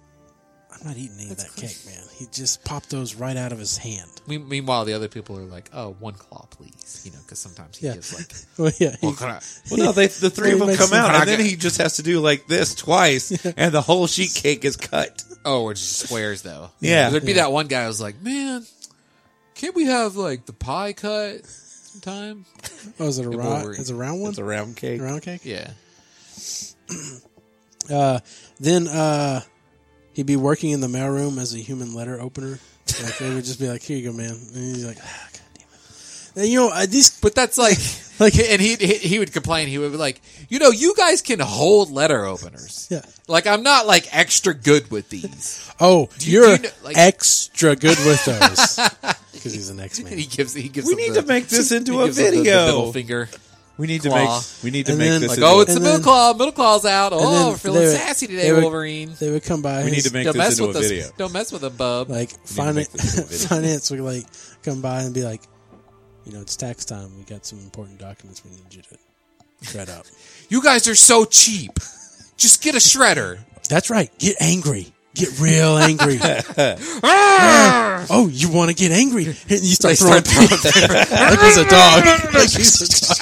A: I'm not eating any of
C: That's
A: that
C: clear.
A: cake, man. He just popped those right out of his hand.
C: Me- Meanwhile, the other people are like, "Oh, one claw, please," you know, because sometimes he
A: Yeah.
C: gives like,
A: Well, Oh, yeah, he-
C: "Well, can I-"
B: Well, no, they, the
A: Well,
B: three of
A: he
B: them
A: makes
B: come
A: them
B: out, and then
C: crock-
B: he just has to do like this twice, and the whole sheet cake is cut.
C: "Oh, or just squares though."
B: Yeah.
C: there'd be
A: Yeah.
C: that one guy who's like, "Man, can't we have like the pie cut sometime?"
A: oh, is it a
C: Good
A: round?
C: Wolverine.
A: It's a round one.
B: It's a round cake.
A: round cake.
C: Yeah,
A: Uh, then uh, he'd be working in the mailroom as a human letter opener. Like they would just be like, "Here you go, man," and he's like, ah, "God damn it!" And you know, uh, these
C: but that's like, like, and he he he would complain. He would be like, "You know, you guys can hold letter openers.
A: Yeah.
C: like I'm not like extra good with these."
A: oh,
C: you-
A: you, are
C: do you know- like-
A: extra good with those because he's an X
C: And he
A: man.
C: gives he gives.
B: We
C: them
B: need
C: the-
B: to make this
C: he
B: into a
C: gives them the- the
B: video.
C: middle finger.
B: We need to
C: claw.
B: make we need to
A: And
B: make
A: then-
B: this.
A: Like,
B: into,
C: oh, it's
A: And
C: the middle
A: then-
C: claw. Middle claw's out. Oh,
A: then
C: we're feeling
A: they would-
C: sassy today,
A: they would-
C: Wolverine.
A: They would come by.
B: we need
A: his-
B: to make
C: Don't mess
B: this into
C: with
B: a
C: us.
B: video.
C: Don't mess with them, bub.
A: like
B: need to make this into a
A: finance.
B: video.
A: finance would like come by and be like, you know, it's tax time. We got some important documents. We need you to shred up.
C: You guys are so cheap. Just get a shredder.
A: That's right. Get angry. Get real angry. oh, you want to get angry? And you start throwing
C: start
A: people like he's a dog. Like he's a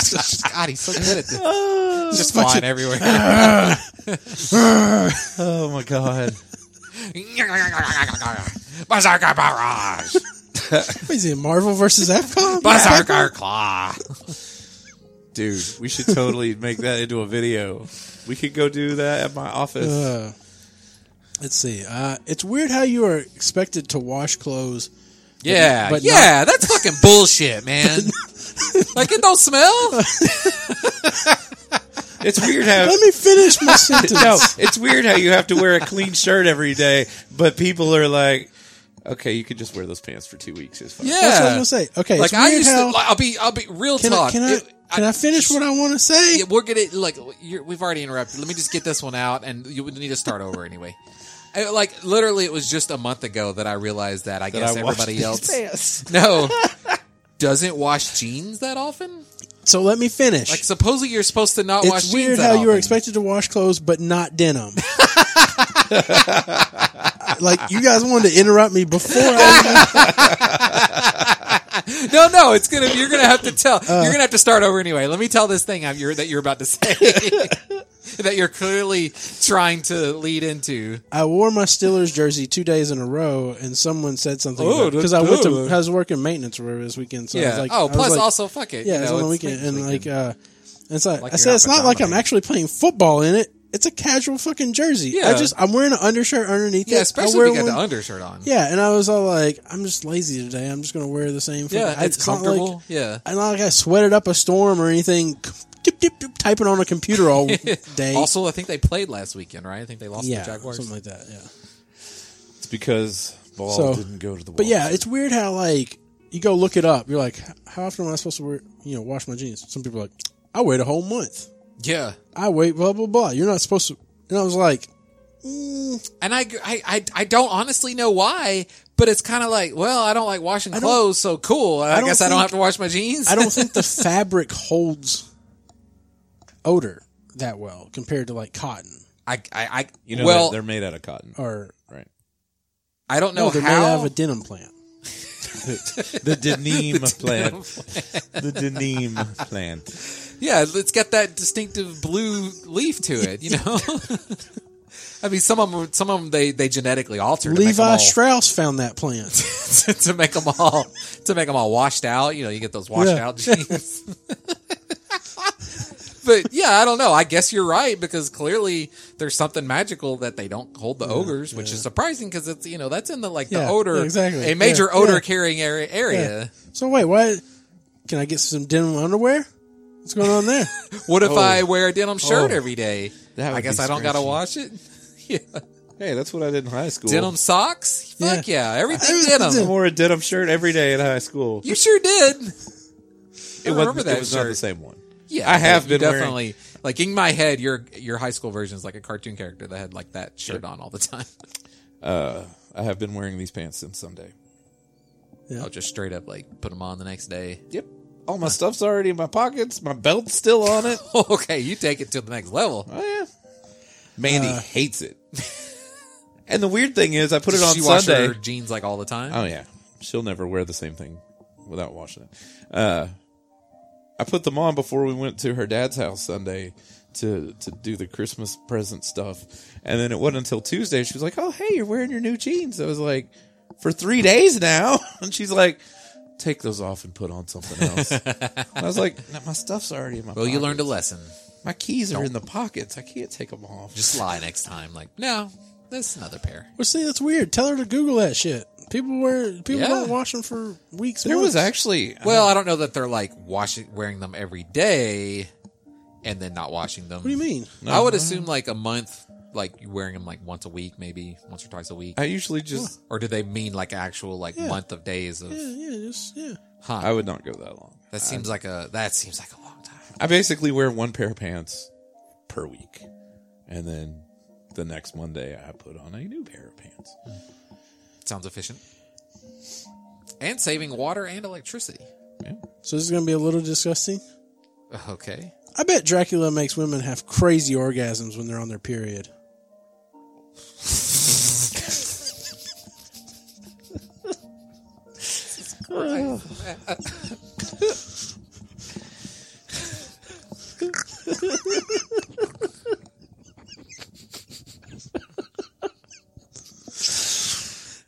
A: dog.
C: God, he's so good at this. Just flying everywhere.
B: Oh my god!
C: Berserker barrage.
A: What is it, Marvel versus Capcom?
C: Berserker claw.
B: Dude, we should totally make that into a video. We could go do that at my office.
A: Uh, let's see. Uh, it's weird how you are expected to wash clothes.
C: Yeah,
A: But not-
C: yeah, that's fucking bullshit, man. like it don't smell.
B: it's weird how
A: Let me finish my sentence.
B: Uh, no, it's weird how you have to wear a clean shirt every day, but people are like, "Okay, you could just wear those pants for two weeks. It's fine."
C: Yeah,
A: That's what I'm gonna say. Okay, it's
C: Like I
A: weird
C: used
A: how-
C: to. Like, I'll be. I'll be real
A: Can
C: talk.
A: I can I,
C: It-
A: can I, finish what I want to say?
C: Yeah, we're gonna like you're, we've already interrupted. Let me just get this one out, and you would need to start over anyway. I- like literally, it was just a month ago that I realized that. I guess
B: I washed
C: everybody
B: these
C: else no doesn't wash jeans that often.
A: So let me finish.
C: Like supposedly you're supposed to not wash
A: it's
C: jeans.
A: weird
C: that
A: how you are
C: often.
A: expected to wash clothes but not denim. like you guys wanted to interrupt me before I
C: No, no, it's
A: Uh.
C: gonna. You're gonna have to tell. you're gonna have to start over anyway. Let me tell this thing I'm, you're, that you're about to say. that you're clearly trying to lead into.
A: I wore my Steelers jersey two days in a row, and someone said something
B: Oh, that's
A: because I went to
B: good.
A: I was working maintenance or whatever this weekend. So I was
B: Yeah.
A: like, I
C: Oh,
A: was
C: plus
A: like-
C: also fuck it.
A: yeah,
C: you
A: it's
C: know,
A: on the weekend, and
C: maintenance
A: like, uh, and it's like, I
C: Like you're
A: said,
C: out
A: it's
C: for
A: not like I'm
C: dominating.
A: actually playing football in it. It's a casual fucking jersey. I
B: Yeah.
A: just I'm wearing an undershirt underneath it.
C: yeah,
A: I
C: especially
A: wear
C: if you got
A: one-
C: the undershirt on.
A: Yeah, and I was all like, I'm just lazy today. I'm just gonna wear the same. fucking-
C: Yeah,
A: I-
C: it's
A: not
C: comfortable.
A: Like,
C: yeah.
A: I'm not like I sweated up a storm or anything. Dip, dip, dip, typing on a computer all day.
C: Also, I think they played last weekend, right? I think they lost to
A: yeah,
C: the Jaguars.
A: something like that. Yeah.
B: It's because ball
A: So-
B: didn't go to the wall.
A: But yeah, it's weird how like you go look it up. You're like, how often am I supposed to wear, you know wash my jeans? Some people are like, I wait a whole month.
C: yeah.
A: I wait blah blah blah. You're not supposed to. And I was like,
C: And I, I, I, I don't honestly know why, but it's kind of like, well, I don't like washing
A: don't-
C: clothes, so cool. I,
A: I don't
C: guess I don't
A: think-
C: have to wash my jeans.
A: I don't think the fabric holds odor that well compared to like cotton
C: I, I, I
B: you know
C: well,
B: they're, they're made out of cotton,
A: or oh,
B: right?
C: I don't know
A: no, they're made out
C: how.
A: of a denim plant.
B: The denim plant. the denim plant.
C: yeah, it's got that distinctive blue leaf to it. You know, I mean, some of them, some of them, they they genetically altered to make 'em
A: Levi
C: all-
A: Strauss found that plant.
C: to make them all to make them all washed out. You know, you get those washed
A: Yeah.
C: out jeans. but yeah, I don't know. I guess you're right because clearly there's something magical that they don't hold the ogres, which is surprising because it's you know that's in the like
A: Yeah,
C: the odor
A: exactly.
C: a major
A: Yeah,
C: odor
A: yeah.
C: carrying area.
A: Yeah.
C: area.
A: So wait, why? Can I get some denim underwear? What's going on there?
C: What if
B: Oh.
C: I wear a denim shirt
B: Oh.
C: every day?
B: That would
C: I guess
B: be
C: I don't gotta
B: scratchy.
C: wash it. yeah.
B: Hey, that's what I did in high school.
C: Denim socks? Fuck yeah, everything
B: I
C: denim.
B: wore a denim shirt every day in high school.
C: You sure did. I
B: it
C: remember
B: wasn't.
C: that
B: it was
C: shirt.
B: not the same one.
C: Yeah,
B: I have
C: you
B: been wearing-
C: definitely like in my head. Your your high school version is like a cartoon character that had like that shirt on all the time.
B: I have been wearing these pants since Sunday.
A: Yeah.
C: I'll just straight up like put them on the next day.
B: Yep. All my stuff's already in my pockets. My belt's still on it.
C: okay, you take it to the next level.
B: Oh yeah. Mandy hates it. and the weird thing is, I put it on
C: she wash
B: Sunday.
C: her jeans like all the time.
B: Oh yeah, she'll never wear the same thing without washing it. Uh, I put them on before we went to her dad's house Sunday to to do the Christmas present stuff, and then it wasn't until Tuesday she was like, "Oh hey, you're wearing your new jeans." I was like, "For three days now," and she's like. Take those off and put on something else. And I was like, no, my stuff's already in my.
C: well, you learned a
B: pockets.
C: lesson.
B: My keys are in the pockets. I can't take them off.
C: Just lie next time. Like no, that's another pair.
A: Well, see, that's weird. Tell her to Google that shit. People wear people
C: Yeah.
A: don't watch them for weeks.
B: there was
A: months.
B: actually
C: Well, I don't know that they're like washing wearing them every day and then not washing them.
A: What do you mean?
C: I would assume like a month, like you're wearing them like once a week, maybe once or twice a week.
B: I usually just
C: Or do they mean like actual like month of days of?
A: Yeah, yeah, just yeah.
C: Huh.
B: I would not go that long.
C: that seems like a that seems like a long time.
B: I basically wear one pair of pants per week, and then the next Monday I put on a new pair of pants.
C: Sounds efficient. And saving water and electricity.
B: Yeah.
A: So this is gonna be a little disgusting.
C: Okay.
A: I bet Dracula makes women have crazy orgasms when they're on their period.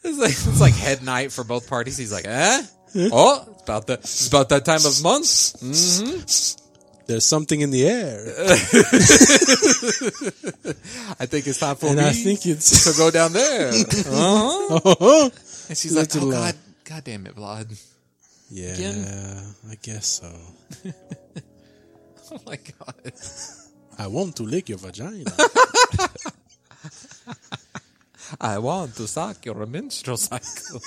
C: It's like, it's like head night for both parties. He's like, eh? Oh, it's about the it's about that time of month.
A: There's something in the
C: Uh,
A: air,
C: I think it's time for
A: and
C: me
A: I think it's.
C: to go down there. uh-huh. And she's like,
A: Look at
C: oh
A: the-
C: god, god damn it, Vlad.
A: yeah, I guess so.
C: Oh my god.
A: I want to lick your vagina.
C: I want to suck your menstrual cycle.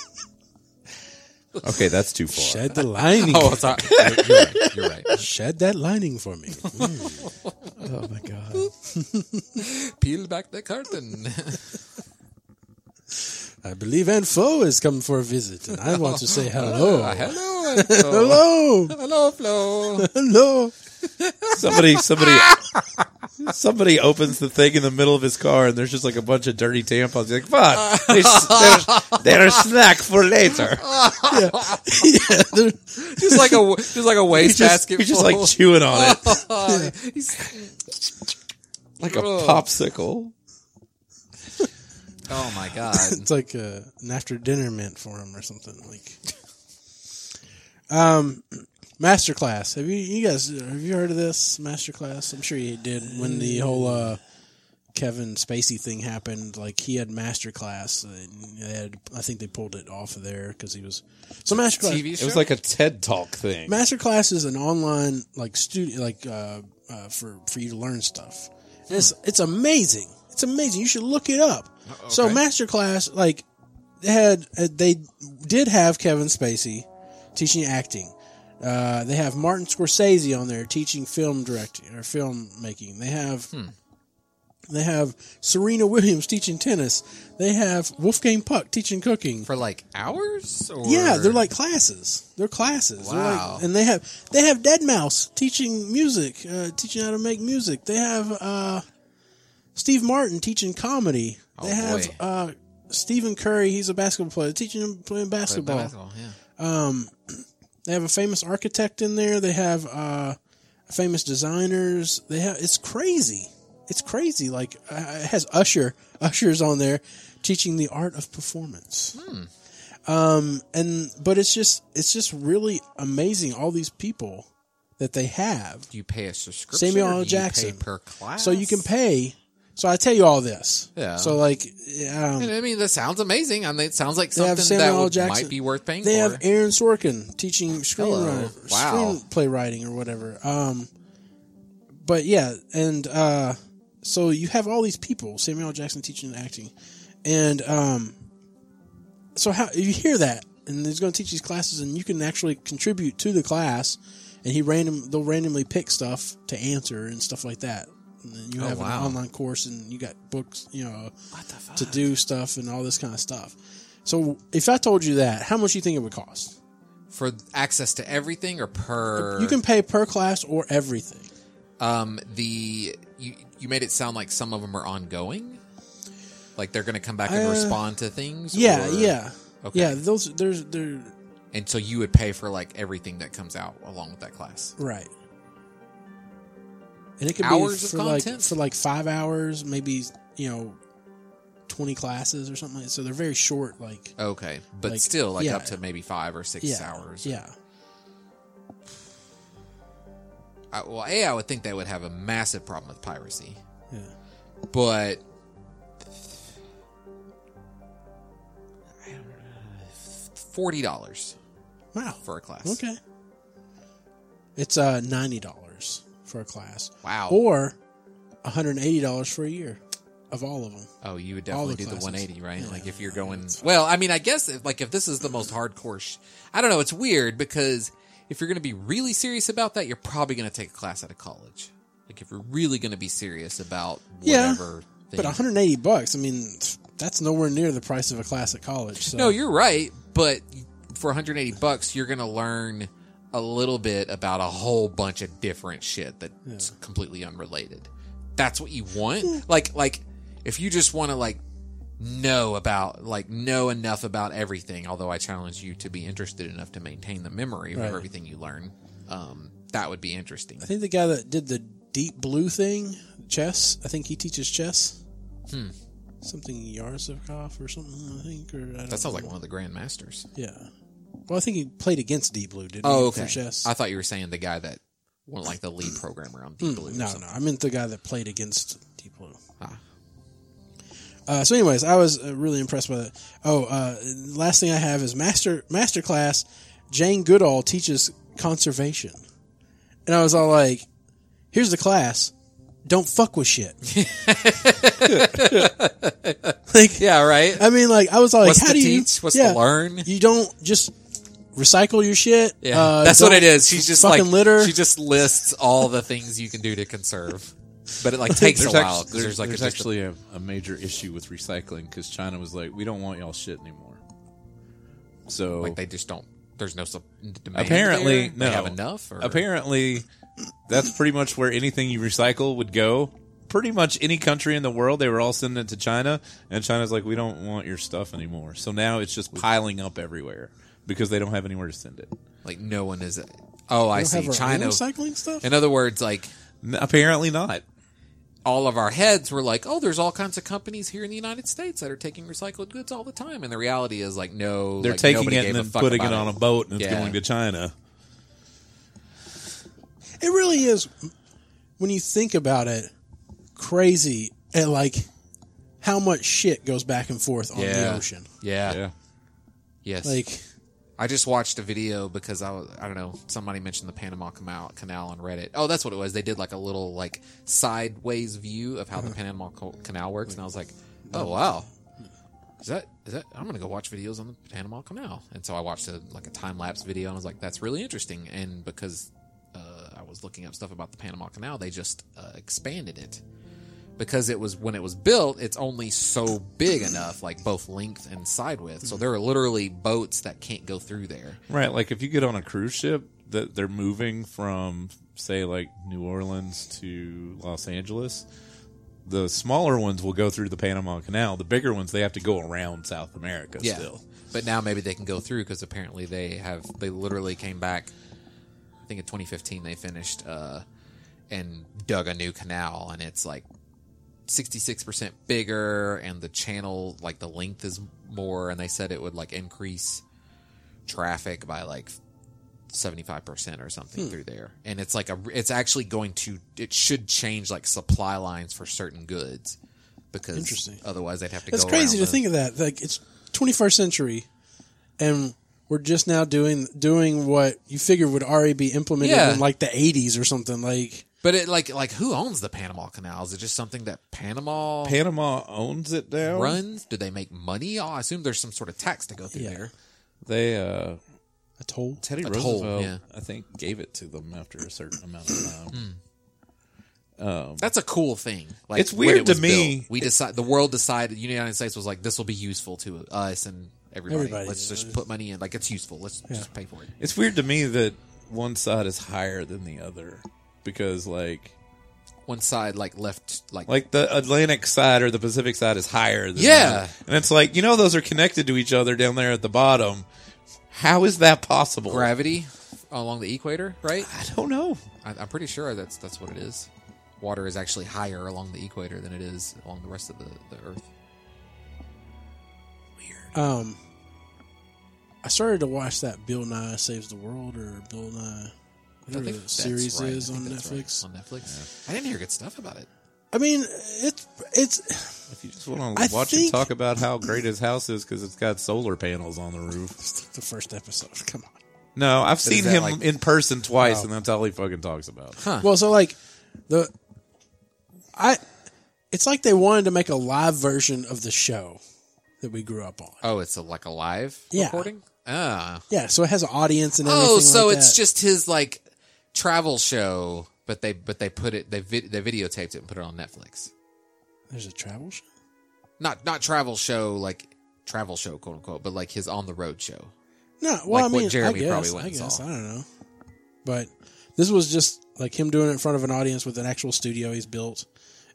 B: Okay, that's too far.
A: Shed the lining.
C: oh, sorry. You're, you're right. You're right.
A: Shed that lining for me. Hmm.
B: Oh my god!
C: Peel back the curtain.
A: I believe Aunt Flo has come for a visit, and I want to say hello.
C: Hello, hello,
A: Hello,
C: hello, Flo.
A: hello.
B: Somebody, somebody, somebody opens the thing in the middle of his car, and there's just like a bunch of dirty tampons. He's like, "Fuck, they're, they're a snack for later."
A: yeah, they're-
C: just like a just like a
B: He's
C: waste
B: just,
C: basket.
B: he's just like chewing on it.
C: full. He's-
B: like a
C: Ugh.
B: popsicle.
C: Oh my god.
A: It's like a, an after dinner mint for him or something like. Um, masterclass. Have you you guys have you heard of this masterclass? I'm sure you did when the whole uh, Kevin Spacey thing happened. Like he had masterclass. And they had, I think they pulled it off of there because he was so masterclass.
C: TV
B: It
C: show.
B: was like a TED Talk thing.
A: Masterclass is an online like studio like uh, uh, for for you to learn stuff. And it's it's amazing. It's amazing. You should look it up. So
C: okay.
A: Masterclass like they had uh, they did have Kevin Spacey teaching acting. Uh, they have Martin Scorsese on there teaching film directing or filmmaking. They have they have Serena Williams teaching tennis. They have Wolfgang Puck teaching cooking.
C: for like hours. Or...
A: Yeah, they're like classes. They're classes. They're like-
C: Wow.
A: and they have they have Dead Mouse teaching music, uh, teaching how to make music. They have uh, Steve Martin teaching comedy.
C: Oh,
A: they have
C: boy.
A: uh, Stephen Curry. He's a basketball player teaching him playing basketball.
C: Yeah.
A: They have a famous architect in there. They have uh, famous designers. They have it's crazy. It's crazy. Like uh, it has Usher. Usher's on there teaching the art of performance. Um, and but it's just it's just really amazing. All these people that they have,
C: Do you pay a subscription?
A: Samuel
C: or
A: L.
C: do you
A: Jackson.
C: pay per class.
A: so you can pay. So I tell you all this.
C: Yeah.
A: So like, um,
C: I mean, that sounds amazing. I mean, it sounds like
A: They have
C: something that
A: Samuel L.
C: would,
A: Jackson.
C: might be worth paying
A: They
C: for.
A: have Aaron Sorkin teaching screenwriter,
C: Wow.
A: screenplay writing or whatever. Um, but yeah, and uh, so you have all these people, Samuel L. Jackson teaching acting, and um, so how you hear that, and he's going to teach these classes, and you can actually contribute to the class, and he random they'll randomly pick stuff to answer and stuff like that. And then you
C: Oh,
A: have
C: wow.
A: an online course, and you got books, you know,
C: what the fuck?
A: to do stuff and all this kind of stuff. So if I told you that, how much do you think it would cost?
C: for access to everything or per
A: You can pay per class or everything.
C: um the you you made it sound like some of them are ongoing like they're going to come back and
A: Uh,
C: respond to things
A: yeah,
C: or-
A: yeah,
C: Okay.
A: yeah. Those there's they're
C: and so you would pay for like everything that comes out along with that class
A: right. And it could
C: Hours
A: be
C: of
A: for like
C: content?
A: for like five hours, maybe you know, twenty classes or something. like that. So they're very short. Like
C: okay but
A: Like,
C: still like
A: yeah.
C: up to maybe 5 or 6
A: yeah,
C: hours
A: Yeah,
C: I, well a I would think they would have a massive problem with piracy
A: yeah.
C: but $40
A: Wow.
C: for a class
A: Okay. It's uh ninety dollars for a class.
C: Wow.
A: Or one hundred and eighty dollars for a year of all of them.
C: Oh, you would
A: All
C: definitely
A: the
C: do the
A: classes.
C: 180, right?
A: Yeah,
C: like if you're going. Well, I mean, I guess if, like if this is the most hardcore, sh- I don't know. It's weird because if you're going to be really serious about that, you're probably going to take a class out of college. Like if you're really going to be serious about
A: Yeah,
C: whatever. thing.
A: But 180 bucks. I mean, that's nowhere near the price of a class at college. So.
C: No, you're right. But for 180 bucks, you're going to learn a little bit about a whole bunch of different shit that's completely unrelated. That's what you want. like, like if you just want to like know about like know enough about everything. Although I challenge you to be interested enough to maintain the memory
A: Right.
C: of everything you learn. Um, that would be interesting.
A: I think the guy that did the deep blue thing, chess. I think he teaches chess. Hmm. Something Yarzakov or something. I think. Or I don't
C: That sounds like
A: know.
C: one of the grandmasters.
A: Yeah. Well, I think he played against deep blue, didn't he?
C: Oh, okay.
A: For chess.
C: I thought you were saying the guy that, well, like the lead programmer on Deep Blue. or
A: Hmm. no,
C: something.
A: no. I meant the guy that played against deep blue.
C: Ah.
A: Uh, so, anyways, I was uh, really impressed by that. Oh, uh, last thing I have is master master class. Jane Goodall teaches conservation, and I was all like, "Here's the class. Don't fuck with shit." like,
C: Yeah, right.
A: I mean, like, I was all like,
C: What's
A: "How
C: to
A: do you
C: teach? What's
A: yeah,
C: to learn?
A: You don't just recycle your shit.
C: Yeah,
A: Uh,
C: that's what
A: don't
C: it is. She's just like
A: fucking litter.
C: she just lists all the things you can do to conserve, but it like takes a
B: There's
C: while
B: actu-
C: because there's like
B: there's
C: a, just a-
B: actually a, a major issue with recycling because China was like, we don't want y'all shit anymore. So
C: like they just don't. There's no sup- demand.
B: apparently,
C: there?
B: no,
C: they have enough. Or?
B: Apparently, that's pretty much where anything you recycle would go. Pretty much any country in the world, they were all sending it to China, and China's like, we don't want your stuff anymore. So now it's just piling up everywhere because they don't have anywhere to send it.
C: like no one is. Oh, I
A: don't
C: see.
A: have our own
C: China.
A: recycling stuff.
C: In other words, like
B: N- Apparently not.
C: all of our heads were like, oh, there's all kinds of companies here in the United States that are taking recycled goods all the time. And the reality is like, no,
B: They're
C: like,
B: taking
C: nobody
B: it and
C: gave
B: then
C: fuck
B: putting it
C: about
B: on a boat and it's
C: Yeah.
B: going to China.
A: It really is when you think about it, crazy at like how much shit goes back and forth on the
C: Yeah.
A: ocean.
C: Yeah. Yes.
A: Like
C: I just watched a video because I was I don't know somebody mentioned the Panama Canal, Canal on Reddit. Oh, that's what it was. They did like a little like sideways view of how the Panama Co- Canal works, and I was like, oh wow, is that is that? I'm gonna go watch videos on the Panama Canal, and so I watched a, like a time lapse video, and I was like, that's really interesting. And because uh, I was looking up stuff about the Panama Canal, they just uh, expanded it because it was when it was built, it's only so big enough, like both length and side width. So there are literally boats that can't go through there.
B: Right. Like if you get on a cruise ship that they're moving from, say, like New Orleans to Los Angeles, the smaller ones will go through the Panama Canal. The bigger ones, they have to go around South America still.
C: But now maybe they can go through because apparently they have, they literally came back, I think in 2015 they finished uh, and dug a new canal and it's like 66% bigger and the channel, like the length is more. And they said it would like increase traffic by like 75% or something
A: Hmm.
C: through there. And it's like a, it's actually going to, it should change like supply lines for certain goods. Because
A: Interesting.
C: otherwise, they'd have to.
A: it's
C: go
A: crazy to
C: around the-
A: think of that. Like it's 21st century, and we're just now doing doing what you figure would already be implemented
C: Yeah.
A: in like the 80s or something. Like
C: But it like like who owns the Panama Canal? Is it just something that Panama
B: Panama owns it now.
C: runs? Do they make money? Oh, I assume there's some sort of tax to go through
A: Yeah.
C: there.
B: They, uh,
A: a toll.
B: Teddy
C: A toll,
B: Roosevelt,
C: yeah. Hmm.
B: I think, gave it to them after a certain amount of time.
C: That's a cool thing. Like
B: It's
C: when
B: weird
C: it was
B: to me.
C: built, we decide the world decided the United States was like this will be useful to us and everybody.
A: Everybody.
C: Let's just put money in. Like it's useful. Let's just pay for it.
B: It's weird to me that one side is higher than the other because, like,
C: One side like left like,
B: like the Atlantic side or the Pacific side is higher. Than
C: Yeah.
B: that. and it's like you know those are connected to each other down there at the bottom. How is that possible?
C: gravity along the equator, right?
B: I don't know.
C: I, I'm pretty sure that's that's what it is. Water is actually higher along the equator than it is along the rest of the, the earth.
A: Um, I started to watch that Bill Nye Saves the World or Bill Nye.
C: I
A: Whatever
C: think
A: the
C: that's
A: series
C: right. I
A: is
C: think
A: on
C: that's
A: Netflix.
C: right, On Netflix, I didn't hear good stuff about it.
A: I mean, it's it's
B: If you just want
A: I
B: to watch
A: think-
B: him talk about how great his house is because it's got solar panels on the roof.
A: the first episode. Come on.
B: No, I've seen
C: that
B: him
C: like-
B: in person twice, and that's all he fucking talks about.
A: Well, so like the I it's like they wanted to make a live version of the show that we grew up on.
C: Oh, it's a, like a live
A: Yeah.
C: recording. Ah.
A: Yeah, so it has an audience and everything.
C: Oh, so
A: like
C: it's
A: that.
C: just his like travel show, but they but they put it they vid- they videotaped it and put it on Netflix.
A: there's a travel show.
C: Not not travel show like travel show quote unquote, but like his on the road show.
A: No, well,
C: Like
A: I
C: what
A: mean,
C: Jeremy
A: I guess,
C: probably went
A: I
C: and
A: guess
C: saw.
A: I don't know, but this was just like him doing it in front of an audience with an actual studio he's built,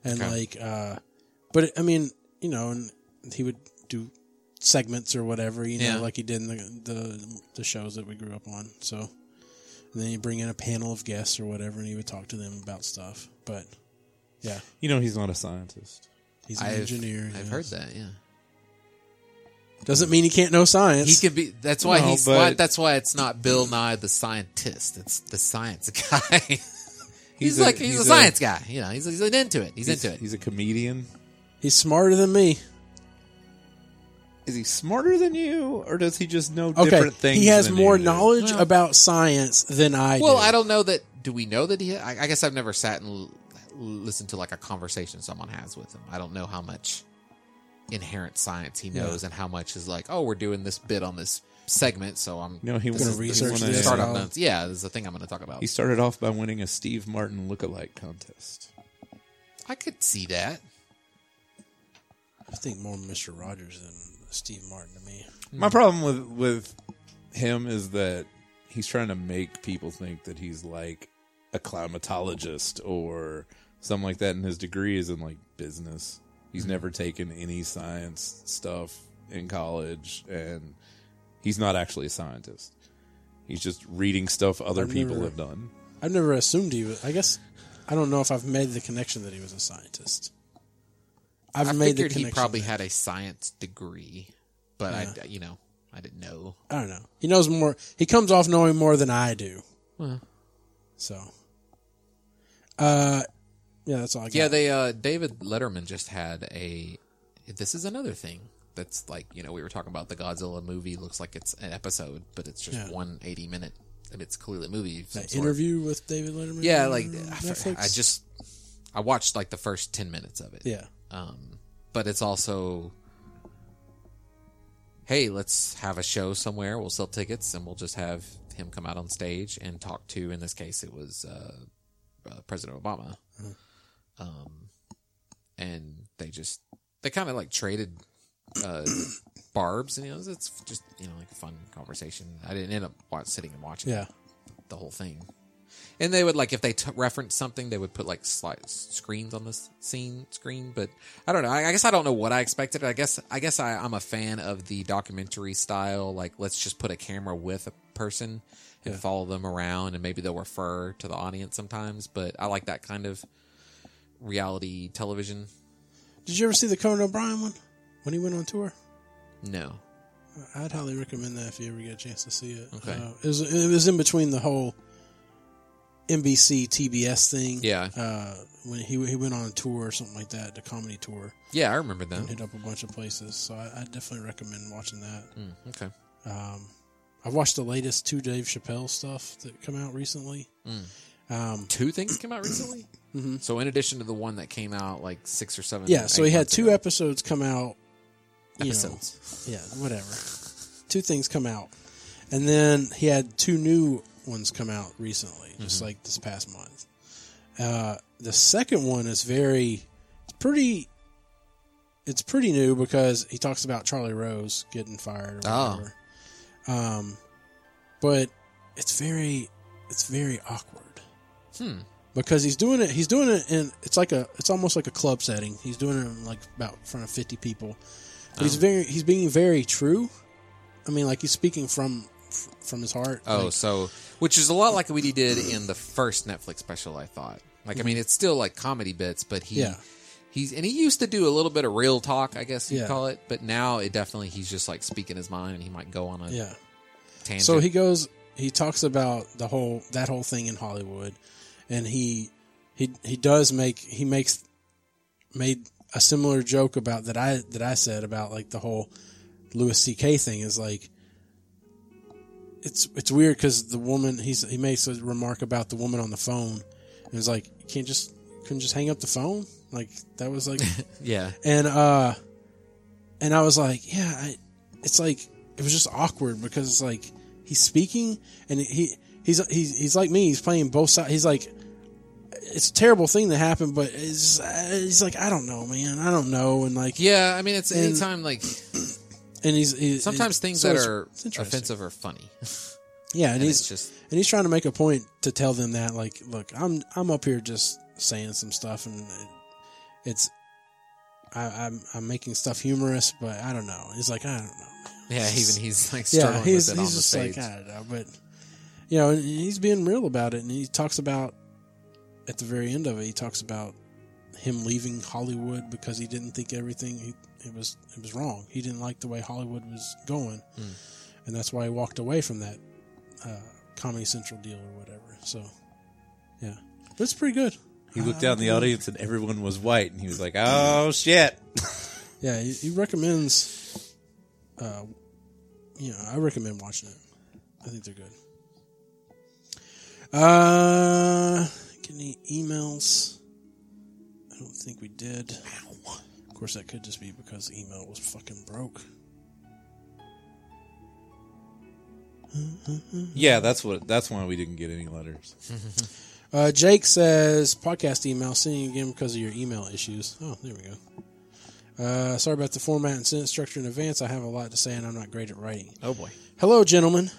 A: and
C: Okay.
A: like, uh but I mean, you know, and he would do segments or whatever, you know,
C: Yeah.
A: like he did in the, the the shows that we grew up on. So, and then he'd bring in a panel of guests or whatever, and he would talk to them about stuff. But yeah,
B: You know, he's not a scientist.
A: he's an
C: I've-
A: engineer.
C: I've
A: yeah.
C: heard that. Yeah.
A: Doesn't mean he can't know
C: He
A: science.
C: could be. That's why
B: No,
C: he's.
B: but-
C: why- that's why it's not Bill Nye the scientist. It's the science guy. he's,
B: a-
C: like he's, a, science guy. You know, he's, he's into it. He's,
B: He's,
C: into it.
B: he's a comedian.
A: He's smarter than me.
B: Is he smarter than you, or does he just know
A: Okay,
B: different things?
A: he has
B: than
A: more
B: you do?
A: knowledge
C: Well-
A: about science than I do.
C: Well, I don't know that. Do we know that he? I, I guess I've never sat and l- listened to like a conversation someone has with him. I don't know how much inherent science he knows and how much is like, oh, we're doing this bit on this segment, so I'm
B: No, he
C: this
B: wanna-
C: is- this
A: research
C: is
A: this
C: the startup
A: and all.
C: notes. Yeah, this is the thing I'm going to talk about.
B: He started off by winning a Steve Martin lookalike contest.
C: I could see that.
A: I think more Mr. Rogers than Steve Martin to me.
B: My problem with with him is that he's trying to make people think that he's like a climatologist or something like that, and his degree is in like business. He's
A: Mm-hmm.
B: never taken any science stuff in college, and he's not actually a scientist. He's just reading stuff other
A: I've
B: people
A: never-
B: have done.
A: I've never assumed he was. I guess I don't know if I've made the connection that he was a scientist. I've
C: I
A: made the
C: figured
A: connection.
C: he probably
A: that-
C: had a science degree, but I, you know, I didn't know.
A: I don't know. He knows more. He comes off knowing more than I do.
C: Well.
A: So, uh, yeah, that's all I got.
C: Yeah, they uh David Letterman just had a this is another thing that's like, you know, we were talking about the Godzilla movie looks like it's an episode, but it's just
A: Yeah.
C: one 80 minute and it's clearly a movie. of some
A: that
C: sort.
A: interview Mm, with David Letterman.
C: Yeah, like
A: on
C: I,
A: Netflix?
C: I just I watched like the first 10 minutes of it.
A: yeah,
C: Um but it's also hey, let's have a show somewhere. We'll sell tickets and we'll just have him come out on stage and talk to in this case it was uh, uh President Obama Um, and they just they kind of like traded uh, barbs and you know it's just you know like a fun conversation. I didn't end up watch, sitting and watching
A: yeah,
C: the whole thing. And they would like if they t- referenced something, they would put like slight screens on the s- scene screen. But I don't know. I, I guess I don't know what I expected. I guess I guess I, I'm a fan of the documentary style. Like let's just put a camera with a person and follow them around, and maybe they'll refer to the audience sometimes. But I like that kind of reality television.
A: Did you ever see the Conan O'Brien one when he went on tour?
C: No,
A: I'd highly recommend that if you ever get a chance to see it.
C: Okay.
A: Uh, it, was, it was in between the whole NBC TBS thing.
C: Yeah.
A: Uh, when he he went on a tour or something like that, the comedy tour,
C: yeah, I remember
A: and
C: that.
A: hit up a bunch of places. So I, I definitely recommend watching that.
C: Mm, okay,
A: I've watched the latest two Dave Chappelle stuff that come out recently.
C: Hmm.
A: Um,
C: two things came out recently. So in addition to the one that came out like six or seven,
A: Mm-hmm. yeah, so
C: eight
A: he had
C: months
A: two
C: ago-
A: episodes come out. you know,
C: episodes.
A: yeah, whatever. two things come out, and then he had two new ones come out recently, just like this past month. Uh, the second one is very, it's pretty, it's pretty new because he talks about Charlie Rose getting fired or
C: Oh.
A: whatever. Um, but it's very, it's very awkward
C: Hmm.
A: because he's doing it. He's doing it, and it's like a, it's almost like a club setting. He's doing it in like about in front of fifty people, but he's
C: Oh.
A: very, he's being very true. I mean, like he's speaking from f- from his heart.
C: Oh,
A: Like,
C: so which is a lot like what he did in the first Netflix special. I thought. Like, I mean, it's still like comedy bits, but he,
A: Yeah.
C: he's and he used to do a little bit of real talk, I guess you
A: Yeah.
C: would call it. But now it definitely he's just like speaking his mind, and he might go on a
A: yeah.
C: tangent.
A: So he goes. He talks about the whole that whole thing in Hollywood, and he he he does make he makes made a similar joke about that I that I said about like the whole Louis C.K. thing is like it's it's weird because the woman he's he makes a remark about the woman on the phone and it's like you can't just couldn't just hang up the phone like that was like
C: yeah,
A: and uh and i was like yeah I, it's like it was just awkward because it's like he's speaking and he he's he's, he's like me he's playing both sides he's like it's a terrible thing that happened but it's he's like i don't know man i don't know and like
C: yeah. I mean, it's
A: And-
C: anytime like
A: and he's, he-
C: sometimes
A: he-
C: things
A: so
C: that
A: it's-
C: are
A: it's interesting.
C: offensive are funny,
A: yeah and,
C: and
A: he's
C: it's just
A: and he's trying to make a point to tell them that like look i'm i'm up here just saying some stuff and it, it's I, I'm I'm making stuff humorous, but I don't know. He's like, I don't know.
C: yeah. Even he's like struggling
A: yeah, he's,
C: with it
A: he's
C: on the
A: just
C: stage.
A: like uh, I don't know, but you know, and he's being real about it, and he talks about at the very end of it, he talks about him leaving Hollywood because he didn't think everything he, it was it was wrong. He didn't like the way Hollywood was going,
C: Hmm.
A: and that's why he walked away from that uh, Comedy Central deal or whatever. So, yeah, but it's pretty good.
B: He
A: Ah,
B: looked down the audience and everyone was white, and he was like, "Oh shit!"
A: Yeah, he, he recommends. Uh, you know, I recommend watching it. I think they're good. Uh, get any emails? I don't think we did. Of course, that could just be because email was fucking broke.
B: Yeah, that's what. That's why we didn't get any letters.
A: Uh, Jake says podcast email sending again because of your email issues. Oh, there we go. Uh, sorry about the format and sentence structure in advance. I have a lot to say, and I'm not great at writing.
C: oh boy.
A: Hello, gentlemen.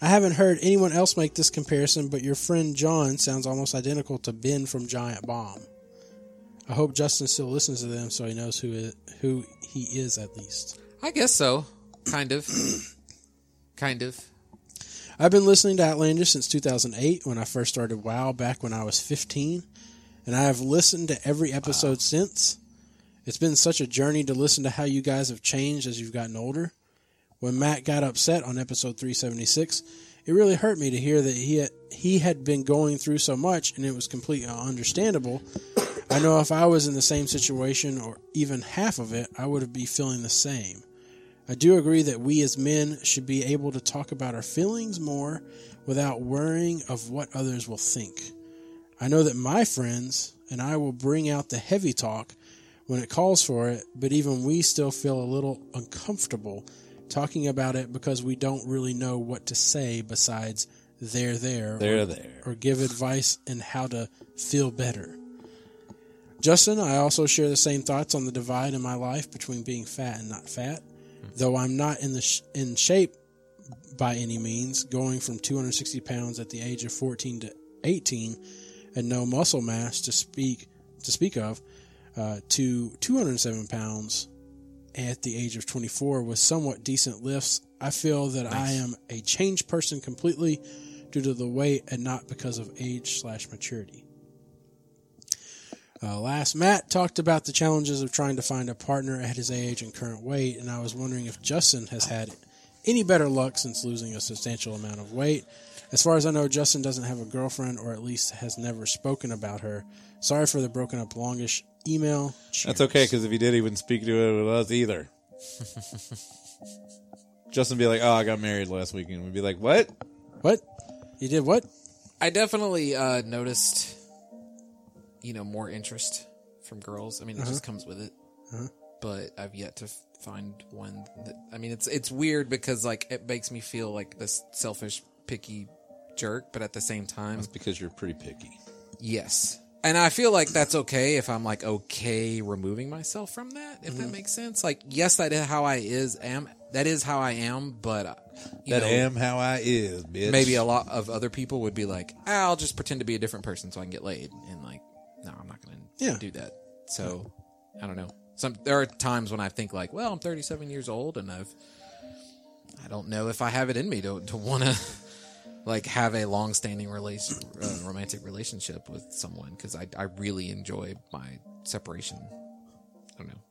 A: I haven't heard anyone else make this comparison, but your friend John sounds almost identical to Ben from Giant Bomb. I hope Justin still listens to them so he knows who it, who he is at least.
C: I guess so. Kind of. kind of.
A: I I've been listening to Outlandish since 2008 when I first started WoW back when I was 15, and I have listened to every episode since. It's been such a journey to listen to how you guys have changed as you've gotten older. When Matt got upset on episode 376, it really hurt me to hear that he had, he had been going through so much and it was completely understandable. I know if I was in the same situation or even half of it, I would be feeling the same. I do agree that we as men should be able to talk about our feelings more without worrying of what others will think. I know that my friends and I will bring out the heavy talk when it calls for it, but even we still feel a little uncomfortable talking about it because we don't really know what to say besides they're there
B: They're
A: or,
B: there.
A: or give advice and how to feel better. Justin, I also share the same thoughts on the divide in my life between being fat and not fat. Though I'm not in the sh- in shape by any means, going from 260 pounds at the age of 14 to 18, and no muscle mass to speak to speak of, uh, to 207 pounds at the age of 24 with somewhat decent lifts. I feel that I am a changed person completely due to the weight and not because of age slash maturity. Uh, last, Matt talked about the challenges of trying to find a partner at his age and current weight, and I was wondering if Justin has had any better luck since losing a substantial amount of weight. As far as I know, Justin doesn't have a girlfriend, or at least has never spoken about her. Sorry for the broken up longish email.
B: That's
A: Cheers.
B: okay because if he did, he wouldn't speak to it with us either. Justin would be like, "Oh, I got married last weekend." We'd be like, "What?"
A: What? You did what?
C: I definitely uh, noticed, you know, more interest from girls. I mean, it
B: Uh-huh.
C: just comes with it. But I've yet to f- find one. That, I mean, it's it's weird because like it makes me feel like this selfish, picky jerk, but at the same time,
B: It's because you're pretty picky.
C: yes. And I feel like that's okay if I'm like okay removing myself from that, if
B: Mm-hmm.
C: that makes sense. Like, yes, that is how I is am. That is how I am. But uh, you
B: That
C: know,
B: am how I is, bitch.
C: maybe a lot of other people would be like, "Ah, I'll just pretend to be a different person so I can get laid. And like, no, I'm not going to
A: Yeah.
C: do that. So I don't know. Some there are times when I think like, well, I'm 37 years old and I've I don't know if I have it in me to to want to like have a long-standing relation uh, romantic relationship with someone cuz I I really enjoy my separation. I don't know.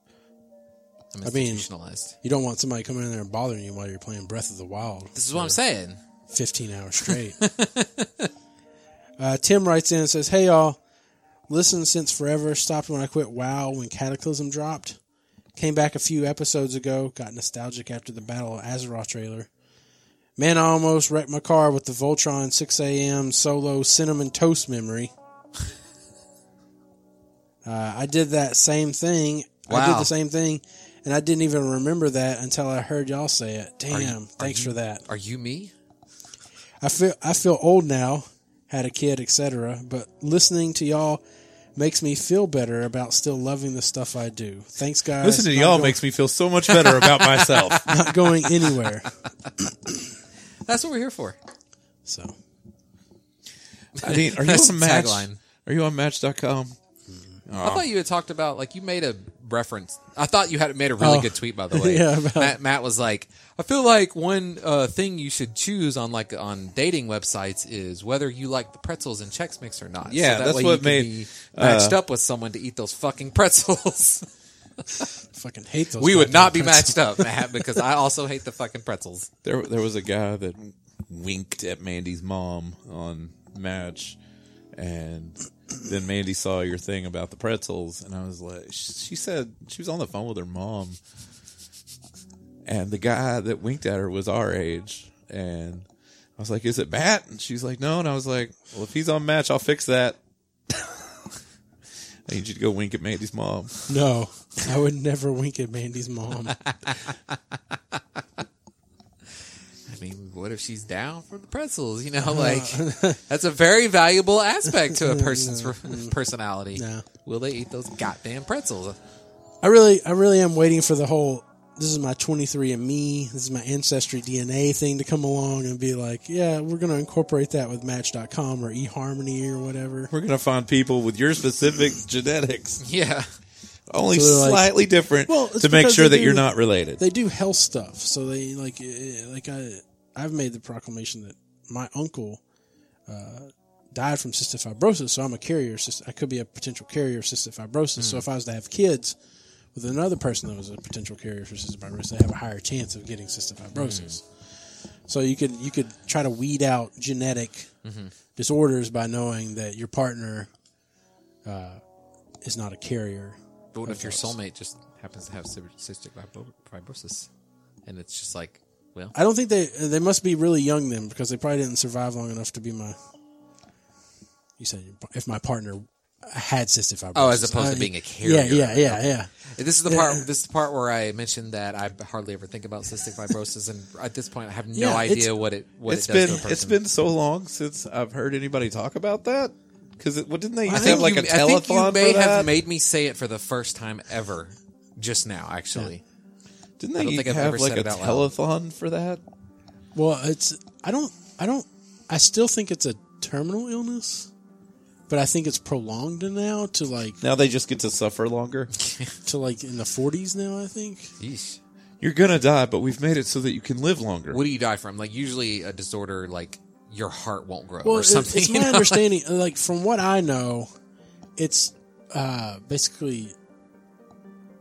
C: I'm
A: I mean-
C: institutionalized.
A: You don't want somebody coming in there and bothering you while you're playing Breath of the Wild.
C: this is what I'm saying.
A: 15 hours straight. uh, Tim writes in and says, Hey, y'all. Listen since forever. Stopped when I quit WoW when Cataclysm dropped. Came back a few episodes ago. Got nostalgic after the Battle of Azeroth trailer. Man, I almost wrecked my car with the Voltron 6 a.m. solo cinnamon toast memory. uh, I did that same thing. I did
C: Wow.
A: the same thing, and I didn't even remember that until I heard y'all say it. Damn, thanks for that.
C: Are you me?
A: I feel I feel old now, had a kid, etc. But listening to y'all makes me feel better about still loving the stuff I do. Thanks, guys.
B: Listening to
A: Not
B: y'all
A: go-
B: makes me feel so much better about myself.
A: not going anywhere.
C: That's what we're here for.
A: So
B: I mean, are you
C: That's
B: on
C: the
B: Match?
C: tagline.
B: Are you on Match.com?
C: I thought you had talked about like you made a reference. I thought you had made a really
A: Oh.
C: good tweet by the way.
A: Yeah, about-
C: Matt, Matt was like, I feel like one uh, thing you should choose on like on dating websites is whether you like the pretzels in Chex Mix or not.
B: Yeah, that's what made- uh,
C: matched up with someone to eat those fucking pretzels.
A: fucking hate those.
C: we would
A: goddamn
C: not be
A: pretzels.
C: matched up, Matt, because I also hate the fucking pretzels.
B: There, there was a guy that winked at Mandy's mom on Match, and then Mandy saw your thing about the pretzels, and I was like, she, she said she was on the phone with her mom, and the guy that winked at her was our age, and I was like, is it Matt? And she's like, no, and I was like, well, if he's on Match, I'll fix that. I need you to go wink at Mandy's mom.
A: No, I would never wink at Mandy's mom.
C: I mean, what if she's down for the pretzels? You know, like that's a very valuable aspect to a person's personality.
A: No.
C: Will they eat those goddamn pretzels?
A: I really, I really am waiting for the whole. This is my 23andMe. This is my ancestry DNA thing to come along and be like, yeah, we're going to incorporate that with Match.com or eHarmony or whatever.
B: We're gonna find people with your specific genetics.
C: Yeah.
B: only
A: So they're like-
B: slightly different
A: Well, it's
B: to make
A: because
B: sure
A: they
B: that you're
A: do-
B: not related.
A: eh, they do health stuff. So they like eh, like I I've made the proclamation that my uncle uh, died from cystic fibrosis, so I'm a carrier. of cyst- I could be a potential carrier of cystic fibrosis.
C: Hmm.
A: So if I was to have kids with another person that was a potential carrier for cystic fibrosis, they have a higher chance of getting cystic
C: Hmm.
A: fibrosis. So you could you could try to weed out genetic
C: Mm-hmm.
A: disorders by knowing that your partner uh, is not a carrier.
C: But what if your
A: those.
C: soulmate just happens to have cyst- cystic fibro- fibrosis, and it's just like, well,
A: I don't think they they must be really young then because they probably didn't survive long enough to be my. You said if my partner had cystic fibrosis.
C: Oh, as opposed to
A: Uh,
C: being a carrier.
A: Yeah, yeah, yeah, yeah.
C: this is the part. This is the part where I mentioned that I hardly ever think about cystic fibrosis, and at this point, I have no
A: Yeah,
C: idea
A: it's-
C: what it what
B: It's
C: it does
B: been
C: to a
B: it's
C: person.
B: been so long since I've heard anybody talk about that. Because what didn't they
C: I
B: used to
C: think
B: have like
C: you,
B: a
C: I think you
B: telethon for
C: may have
B: that?
C: made me say it for the first time ever just now. Actually,
B: didn't
C: I don't
B: they
C: think I've
B: have
C: ever
B: like
C: said
B: a
C: it out loud.
B: telethon for that?
A: Well, it's I don't I don't I still think it's a terminal illness, but I think it's prolonged now to like
B: Now they just get to suffer longer.
A: to like in the forties now. I think
C: Yeesh.
B: You're gonna die, but we've made it so that you can live longer.
C: what do you die from? Like usually a disorder like your heart won't grow
A: well,
C: or
A: it-
C: something.
A: it's
C: you
A: my
C: know?
A: understanding. Like from what I know, it's uh, basically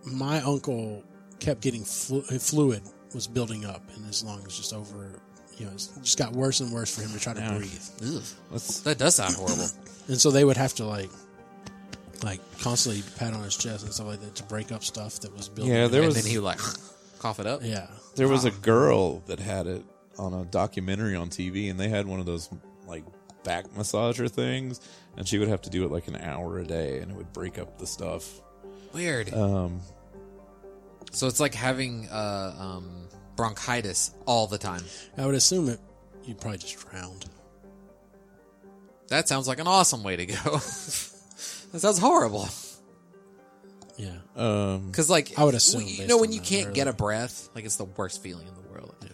A: my uncle kept getting flu- uh, fluid was building up and his lungs just over. You know, it's- it just got worse and worse for him to try to breathe,
C: Ugh,
B: Let's-
C: that does sound horrible.
A: and so they would have to like, like constantly pat on his chest and stuff like that to break up stuff that was building.
B: Yeah,
A: up.
B: there
C: and
B: was
C: then he would, like cough it up.
A: yeah,
B: There was a girl that had it on a documentary on TV, and they had one of those like back massager things, and she would have to do it like an hour a day, and it would break up the stuff.
C: Weird.
B: Um,
C: so it's like having uh, um, bronchitis all the time.
A: I would assume it. You probably just drowned.
C: That sounds like an awesome way to go. that sounds horrible.
A: Yeah,
C: Uh,
B: um,
C: Because like
A: Hmm. I would assume
C: you
A: based
C: know when
A: on
C: you
A: that,
C: can't
A: really.
C: get a breath, like it's the worst feeling in the world.
A: I,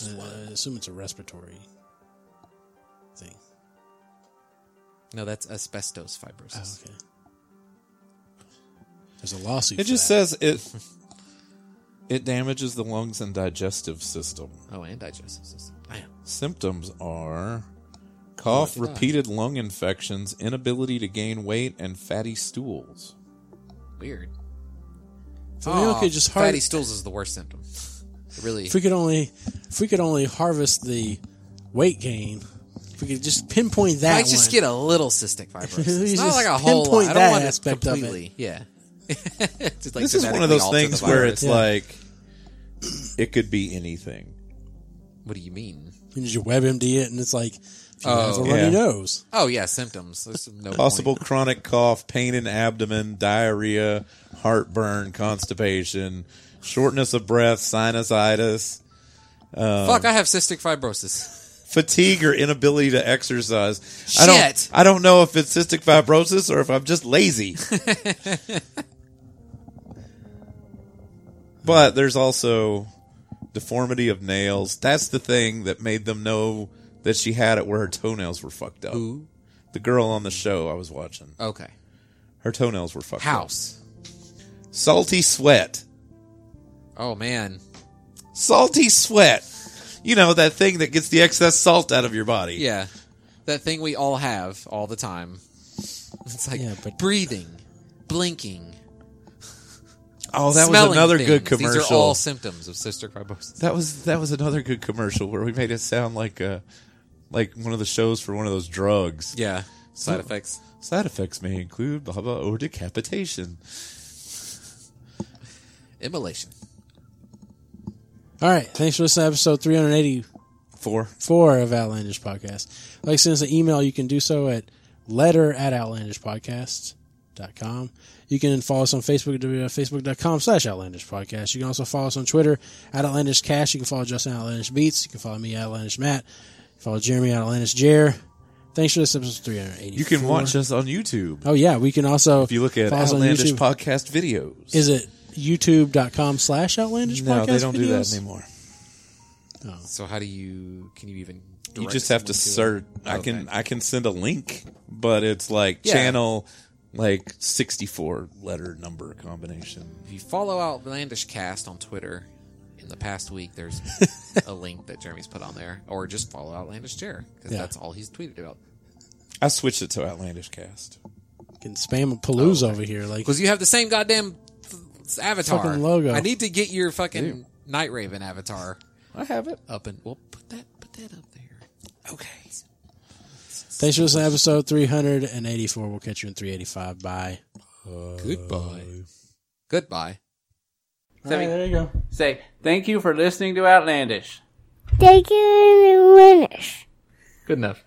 A: Uh, I assume it's a respiratory thing.
C: No, that's asbestos fibrosis.
A: okay. There's a lawsuit.
B: it
A: for
B: just
A: that.
B: says it it damages the lungs and digestive system.
C: Oh, and digestive system. I am.
B: Symptoms are cough,
C: did I?
B: repeated lung infections, inability to gain weight, and fatty stools.
C: Weird.
A: So maybe we
C: Aw,
A: could just har-
C: Oh, fatty stools is the worst symptom. It really.
A: if we could only if we could only harvest the weight gain, if we could just pinpoint that.
C: I just
A: one.
C: get a little cystic fibrosis.
A: You
C: It's not
A: just
C: like a whole lot.
A: pinpoint
C: I
A: that
C: don't want it
A: aspect of it.
C: completely. Yeah. Just, like,
B: this is one of
C: genetically
B: those
C: alter the
B: things where
C: virus.
B: it's
A: Yeah.
B: like it could be anything.
C: What do you mean?
A: you just WebMD it, and it's like if you
C: Oh,
A: have a runny
B: yeah.
A: nose.
C: Oh yeah, symptoms. There's no
B: Possible
C: point.
B: chronic cough, pain in abdomen, diarrhea, heartburn, constipation, shortness of breath, sinusitis,
C: Fuck, I have cystic fibrosis.
B: fatigue or inability to exercise. I
C: Shit.
B: don't I don't know if it's cystic fibrosis or if I'm just lazy. but there's also deformity of nails. That's the thing that made them know that she had it where her toenails were fucked up. The girl on the show I was watching.
C: Okay.
B: Her toenails were fucked up.
C: House.
B: Salty sweat.
C: Oh man.
B: Salty sweat. You know, that thing that gets the excess salt out of your body.
C: Yeah. That thing we all have all the time. It's like
A: Yeah, but-
C: breathing, blinking.
B: Oh, that was
C: smelling
B: another good
C: things.
B: commercial.
C: These are all symptoms of cystic fibrosis.
B: that was that was another good commercial where we made it sound like uh like one of the shows for one of those drugs.
C: Yeah. Side effects.
B: Side effects may include blah blah or decapitation.
C: Immolation.
A: All right, thanks for listening to episode 380.
B: Four.
A: four of Outlandish Podcast. I'd Like to send us an email, you can do so at letter at outlandishpodcast.com. You can follow us on Facebook at facebook.com slash outlandish podcast. You can also follow us on Twitter at outlandish cash. You can follow Justin at outlandish beats. You can follow me at outlandish matt. You can follow Jeremy at outlandish jer. Thanks for this episode 380.
B: You can watch us on YouTube.
A: Oh yeah, we can also
B: If you look at
A: follow us on
B: Outlandish
A: YouTube.
B: podcast videos.
A: Is it youtube.com slash outlandish
B: no,
A: podcast?
B: they don't do that
A: videos?
B: anymore.
C: So how do you can you even
B: you
C: direct
B: just have to
C: someone
B: search.
C: it?
B: I
C: Okay.
B: can I can send a link, but it's like
C: Yeah.
B: channel like sixty four letter number combination.
C: If you follow Outlandish Cast on Twitter and in the past week, there's a link that Jeremy's put on there, or just follow Outlandish Chair because
A: Yeah.
C: that's all he's tweeted about.
B: I switched it to Outlandish Cast.
A: Can spam a palooza
B: Oh,
A: over here. Like
C: Because you have the same goddamn f- avatar
A: Fucking logo.
C: I need to get your fucking Night Raven avatar
B: I have it.
C: up and well, put that put that up there. Okay.
A: thanks for listening to episode three hundred and eighty four. We'll catch you in three eighty five. Bye.
C: Goodbye. Goodbye.
A: there you go.
E: Say, thank you for listening to Outlandish.
F: Thank you, Linus.
E: Good enough.